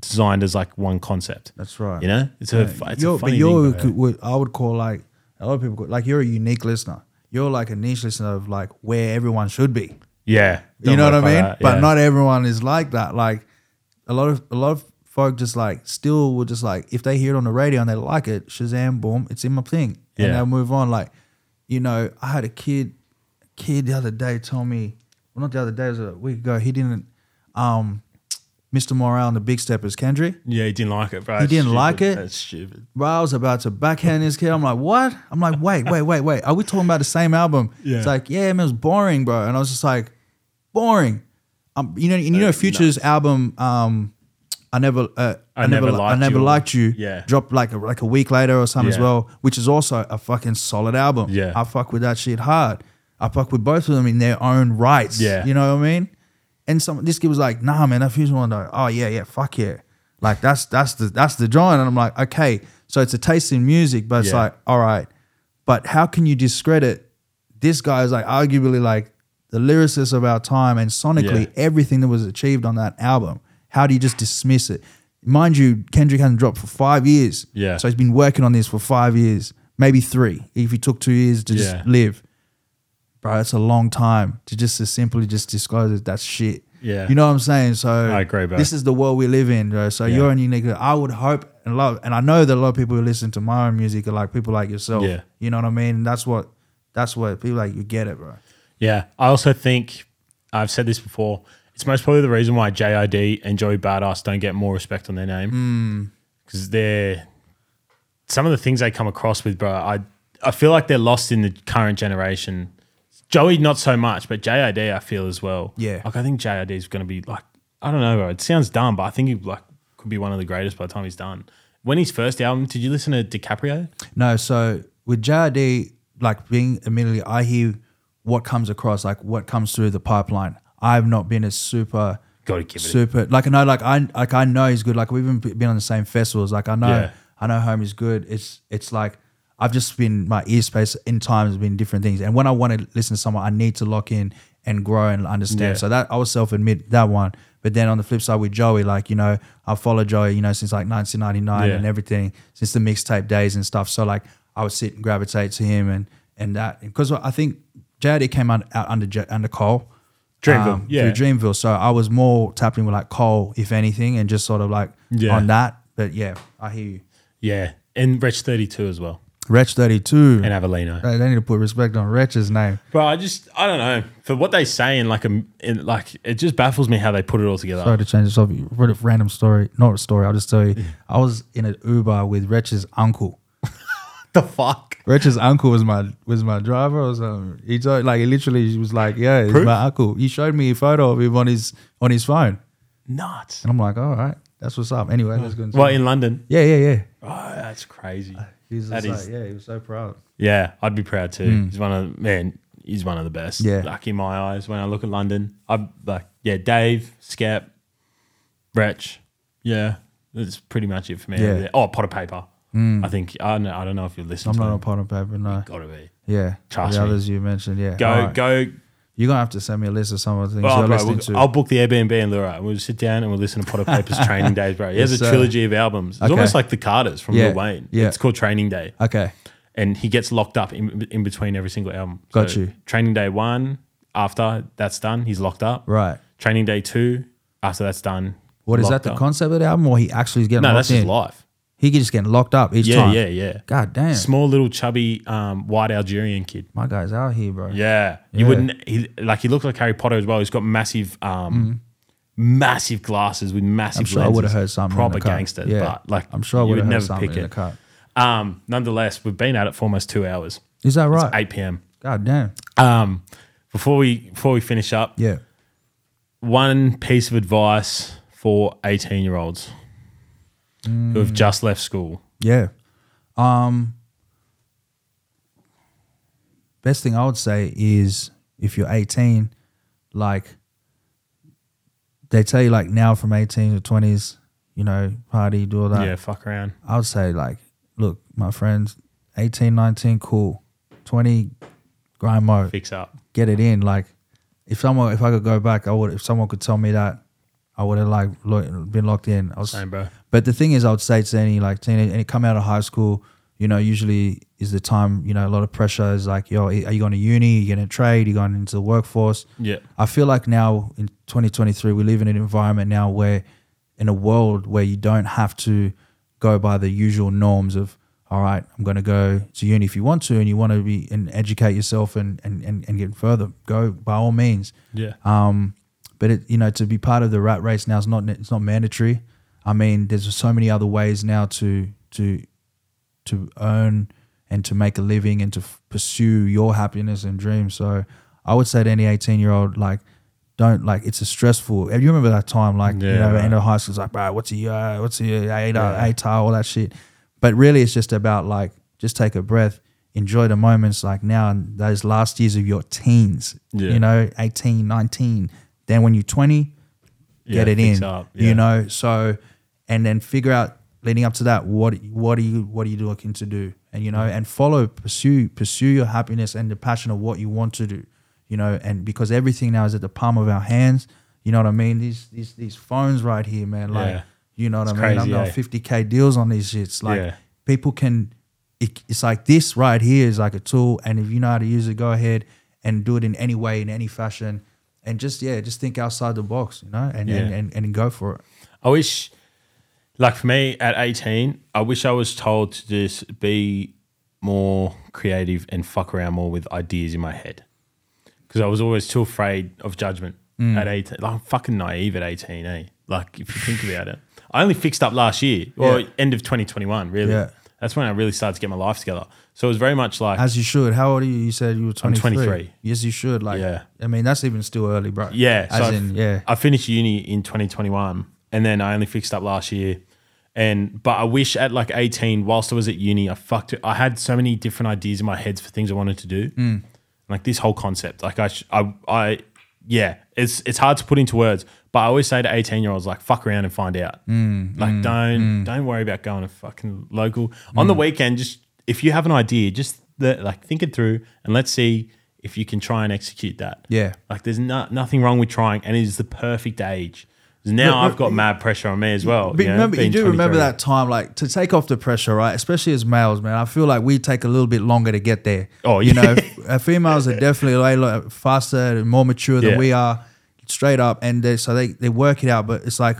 S1: designed as like one concept?
S2: That's right.
S1: You know, it's a, fu- it's a
S2: You're-
S1: funny
S2: but you're,
S1: thing. bro.
S2: what I would call like A lot of people go- like you're a unique listener. You're like a niche listener of like where everyone should be.
S1: Yeah.
S2: you
S1: Don't
S2: know what I
S1: worry
S2: mean?
S1: about that,
S2: But
S1: yeah.
S2: not everyone is like that. Like a lot of a lot of folk just like still will just like if they hear it on the radio and they like it, Shazam, boom, it's in my thing,
S1: Yeah.
S2: and they'll move on. Like you know, I had a kid kid the other day told me, well, not the other day, it was a week ago. He didn't, um, Mr. Morale and the Big Steppers, Kendrick.
S1: Yeah, he didn't like it, bro.
S2: He didn't like it?
S1: That's stupid.
S2: Bro, I was about to backhand this kid. I'm like, what? I'm like, wait, wait, wait, wait. Are we talking about the same album?
S1: Yeah.
S2: It's like, yeah, man, it was boring, bro. And I was just like, boring. Um, you know, and you know, Future's album, um, I never, uh,
S1: I Never
S2: I
S1: Liked
S2: never
S1: You.
S2: liked you.
S1: Yeah.
S2: dropped like a, like a week later or something as
S1: Yeah.
S2: well, which is also a fucking solid album.
S1: Yeah.
S2: I fuck with that shit hard. I fuck with both of them in their own rights.
S1: Yeah.
S2: you know what I mean. And some this kid was like, nah, man, that Future one though. Oh yeah, yeah, fuck yeah. Like that's that's the that's the drawing. And I'm like, okay, so it's a taste in music, but it's
S1: Yeah.
S2: like, all right, but how can you discredit this guy is like arguably like the lyricist of our time and sonically
S1: Yeah.
S2: everything that was achieved on that album. How do you just dismiss it? Mind you, Kendrick hasn't dropped for five years.
S1: Yeah.
S2: So he's been working on this for five years, maybe three, if he took two years to
S1: Yeah.
S2: just live. Bro, it's a long time to just to simply just disclose that that's shit.
S1: Yeah.
S2: You know what I'm saying? So I
S1: agree, bro.
S2: This is the world we live in, bro. So
S1: Yeah.
S2: you're a unique. I would hope and love, and I know that a lot of people who listen to my own music are like people like yourself.
S1: Yeah.
S2: You know what I mean? That's what that's what people like you get it, bro.
S1: Yeah. I also think I've said this before. It's most probably the reason why JID and Joey Badass don't get more respect on their name because they're some of the things they come across with, bro. I I feel like they're lost in the current generation. Joey, not so much, but JID, I feel as well.
S2: Yeah.
S1: Like I think JID is going to be like I don't know, bro. It sounds dumb, but I think he like could be one of the greatest by the time he's done. When his first album, did you listen to DiCaprio?
S2: No, so with JRD, like being immediately, I hear what comes across, like what comes through the pipeline. I've not been as super,
S1: Gotta give it a-
S2: super. Like I know, like I like I know he's good. Like we've even been on the same festivals. Like I know,
S1: Yeah.
S2: I know homie's good. It's it's like I've just been my ear space in time has been different things. And when I want to listen to someone, I need to lock in and grow and understand.
S1: Yeah.
S2: So that I will self admit that one. But then on the flip side with Joey, like you know, I follow Joey, you know, since like 1999
S1: Yeah.
S2: and everything, since the mixtape days and stuff. So like I would sit and gravitate to him and and that because I think JD came out, out under J- under Cole.
S1: Dreamville,
S2: um,
S1: yeah.
S2: through Dreamville. So I was more tapped in with like Cole, if anything, and just sort of like
S1: Yeah.
S2: on that. But yeah, I hear you.
S1: Yeah, and Wretch Thirty Two as well,
S2: Wretch 32.
S1: and Avelino.
S2: Hey, they need to put respect on Wretch's name.
S1: Bro, I just I don't know for what they say in like a in like it just baffles me how they put it all together.
S2: Sorry to change this up. What a random story. Not a story. I'll just tell you. I was in an Uber with Wretch's uncle.
S1: the fuck?
S2: Richard's uncle was my was my driver or something. He told like he literally was like, yeah, it's
S1: Proof?
S2: my uncle. He showed me a photo of him on his on his phone,
S1: Nuts.
S2: and I'm like, all right, that's what's up. Anyway, let's go. and
S1: Well,
S2: see.
S1: in London.
S2: yeah, yeah, yeah.
S1: Oh, that's crazy.
S2: He was
S1: That
S2: Uh,
S1: is-
S2: just like, yeah, he was so proud.
S1: Yeah, I'd be proud too. He's one of man. He's one of the best.
S2: Yeah.
S1: Like in my eyes, when I look at London, I'm like, yeah, Dave, Skep, Wretch. Yeah, that's pretty much it for me.
S2: Yeah. Hmm.
S1: over there. Oh, pot of paper. I think I don't. Know, I don't know if you listen.
S2: I'm
S1: to
S2: not
S1: them.
S2: on pot and paper, no.
S1: Gotta be.
S2: Yeah,
S1: Trust
S2: the
S1: me.
S2: others you mentioned, yeah.
S1: Go
S2: All right.
S1: go.
S2: You're gonna have to send me a list of some of the things
S1: Oh,
S2: you're
S1: bro,
S2: listening
S1: we'll,
S2: to.
S1: I'll book the Airbnb in Lura and we'll sit down and we'll listen to Pot of Papers Training Days, bro. He has
S2: Yes,
S1: a
S2: sir.
S1: trilogy of albums. It's
S2: Okay.
S1: almost like the Carters from
S2: Yeah,
S1: Lil Wayne.
S2: yeah.
S1: It's called Training Day.
S2: okay,
S1: And he gets locked up in, in between every single album.
S2: Got you.
S1: Training Day one, after that's done, he's locked up.
S2: right.
S1: Training Day two, after that's done.
S2: What is
S1: locked
S2: that? The
S1: up.
S2: concept of the album, or he actually is getting
S1: No,
S2: locked
S1: that's
S2: in?
S1: his life.
S2: He just getting locked up each
S1: Yeah,
S2: time.
S1: yeah, yeah.
S2: God damn,
S1: Small little chubby um, white Algerian kid.
S2: my guy's out here, bro.
S1: Yeah. You
S2: Yeah.
S1: wouldn't he like he looked like Harry Potter as well. He's got massive um massive glasses with massive
S2: Mm-hmm. I'm sure I
S1: lenses.
S2: would have heard something.
S1: Proper
S2: in the car.
S1: gangster,
S2: Yeah.
S1: but like
S2: I'm sure I
S1: you
S2: would
S1: would
S2: have heard
S1: never
S2: something
S1: pick
S2: in the
S1: it.
S2: car.
S1: Um nonetheless, we've been at it for almost two hours.
S2: Is that right?
S1: It's eight PM.
S2: God damn.
S1: Um before we before we finish up,
S2: Yeah.
S1: one piece of advice for eighteen year olds who
S2: Mm.
S1: have just left school.
S2: Yeah. Um best thing I would say is if you're 18, like they tell you like now from 18 to 20s, you know, party, do all that.
S1: yeah, fuck around.
S2: I would say like, look, my friends, 18, 19, cool. 20, grind mode.
S1: Fix up.
S2: get it in. Like if someone, if I could go back, I would. If someone could tell me that, I would have like lo- been locked in. I was,
S1: Same, bro.
S2: But the thing is, I would say to any like teenage, any come out of high school, you know, usually is the time you know a lot of pressure is like yo are you going to uni are you going to trade are you going into the workforce
S1: Yeah.
S2: i feel like now in 2023 we live in an environment now where in a world where you don't have to go by the usual norms of all right i'm going to go to uni if you want to and you want to be and educate yourself and and and, and get further go by all means
S1: Yeah.
S2: um, but it, you know, to be part of the rat race now is not it's not mandatory. I mean, there's so many other ways now to to to earn and to make a living and to f- pursue your happiness and dreams. So I would say to any 18 year old, like, don't like it's a stressful. You remember that time, like you
S1: Yeah,
S2: know,
S1: right.
S2: end of high school, it's like, bro, what's a year? What's a year?
S1: Yeah.
S2: ATAR, all that shit. But really, it's just about like just take a breath, enjoy the moments, like now and those last years of your teens.
S1: Yeah.
S2: You know, 18, 19. Then when you're 20, get
S1: Yeah,
S2: it
S1: fix
S2: in.
S1: up,
S2: You
S1: yeah.
S2: know, so and then figure out leading up to that what what are you what are you looking to do, and you know, and follow pursue pursue your happiness and the passion of what you want to do, you know, and because everything now is at the palm of our hands. You know what I mean? These these these phones right here, man. Like
S1: Yeah.
S2: you know what
S1: It's
S2: I mean?
S1: crazy,
S2: I'm
S1: eh?
S2: doing 50k deals on these shits. Like
S1: Yeah.
S2: people can. It, it's like this right here is like a tool, and if you know how to use it, go ahead and do it in any way, in any fashion, and just yeah, just think outside the box, you know, and and,
S1: Yeah.
S2: and, and go for it.
S1: I wish, like for me at 18, I wish I was told to just be more creative and fuck around more with ideas in my head. Because I was always too afraid of judgment
S2: Mm.
S1: at 18. Like, I'm fucking naive at 18, eh? Like, if you think about it, I only fixed up last year or
S2: Yeah.
S1: end of 2021, really.
S2: Yeah.
S1: That's when I really started to get my life together. So it was very much like,
S2: As you should. How old are you? You said you were
S1: I'm
S2: 23.
S1: 23.
S2: Yes, you should. Like,
S1: Yeah.
S2: I mean, that's even still early, bro.
S1: Yeah.
S2: As
S1: so I-
S2: in, yeah.
S1: I finished uni in 2021 and then I only fixed up last year. And but I wish at like 18, whilst I was at uni, I fucked it. I had so many different ideas in my heads for things I wanted to do.
S2: Mm.
S1: Like this whole concept. Like I, sh- I, I, yeah, it's it's hard to put into words, but I always say to 18 year olds, like, fuck around and find out.
S2: Mm,
S1: like don't don't worry about going to fucking local. On the
S2: Mm.
S1: weekend, just if you have an idea, just the, like think it through and let's see if you can try and execute that.
S2: Yeah.
S1: Like there's no, nothing wrong with trying, and it is the perfect age. 'Cause Now
S2: But-
S1: I've got mad pressure on me as well.
S2: But
S1: know,
S2: remember, you
S1: being
S2: do remember
S1: 23.
S2: that time, like to take off the pressure, right? Especially as males, man. I feel like we take a little bit longer to get there.
S1: Oh,
S2: you
S1: yeah.
S2: know, f- females are definitely way lo- faster and more mature than
S1: Yeah.
S2: we are, straight up. And they, so they they work it out, but it's like.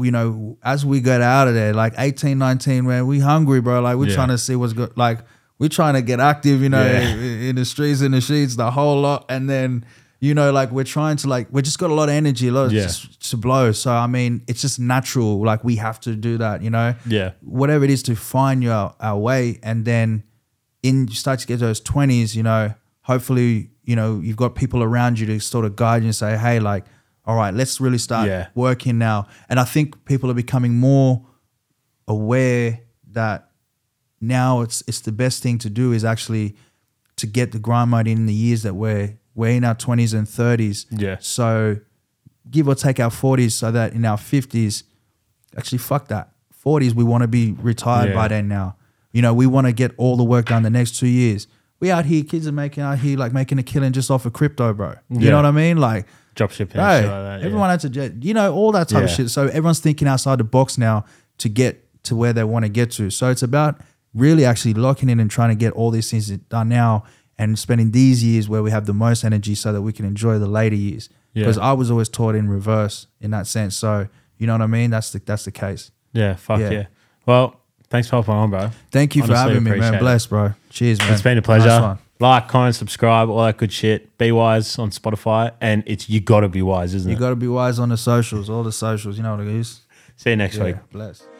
S2: You know, as we get out of there, like 18, 19, man, we hungry, bro. Like we're
S1: Yeah.
S2: trying to see what's good. Like we're trying to get active, you know,
S1: Yeah.
S2: in, in the streets, in the sheets, the whole lot. And then, you know, like we're trying to like we just got a lot of energy, a lot of
S1: Yeah.
S2: just to blow. So I mean, it's just natural. Like we have to do that, you know.
S1: Yeah.
S2: Whatever it is to find your our way, and then in you start to get those twenties, you know. Hopefully, you know you've got people around you to sort of guide you and say, hey, like, all right, let's really start
S1: Yeah.
S2: working now. And I think people are becoming more aware that now it's it's the best thing to do is actually to get the grind mode in the years that we're we're in our twenties and thirties.
S1: Yeah.
S2: So give or take our forties, so that in our fifties, actually fuck that. Forties, we want to be retired
S1: Yeah.
S2: by then. Now, you know, we want to get all the work done the next two years. We out here, kids are making out here like making a killing just off of crypto, bro. You
S1: Yeah.
S2: know what I mean? Like
S1: drop shipping,
S2: Right.
S1: and shit like that. yeah.
S2: Everyone had to, ju- you know, all that type of
S1: Yeah.
S2: shit. So everyone's thinking outside the box now to get to where they want to get to. So it's about really actually locking in and trying to get all these things done now and spending these years where we have the most energy so that we can enjoy the later years.
S1: Yeah.
S2: Because I was always taught in reverse in that sense. So you know what I mean? That's the that's the case.
S1: Yeah, fuck
S2: Yeah.
S1: yeah. Well, thanks for helping on, bro.
S2: Thank you
S1: Honestly,
S2: for having me,
S1: appreciate
S2: man.
S1: it.
S2: Bless, bro. Cheers, man.
S1: It's been a pleasure.
S2: Nice one.
S1: like, comment, subscribe, all that good shit. Be wise on Spotify, and it's you gotta be wise, isn't
S2: You
S1: it?
S2: got to be wise on the socials, all the socials. You know what it is.
S1: See you next
S2: Yeah.
S1: week.
S2: Bless.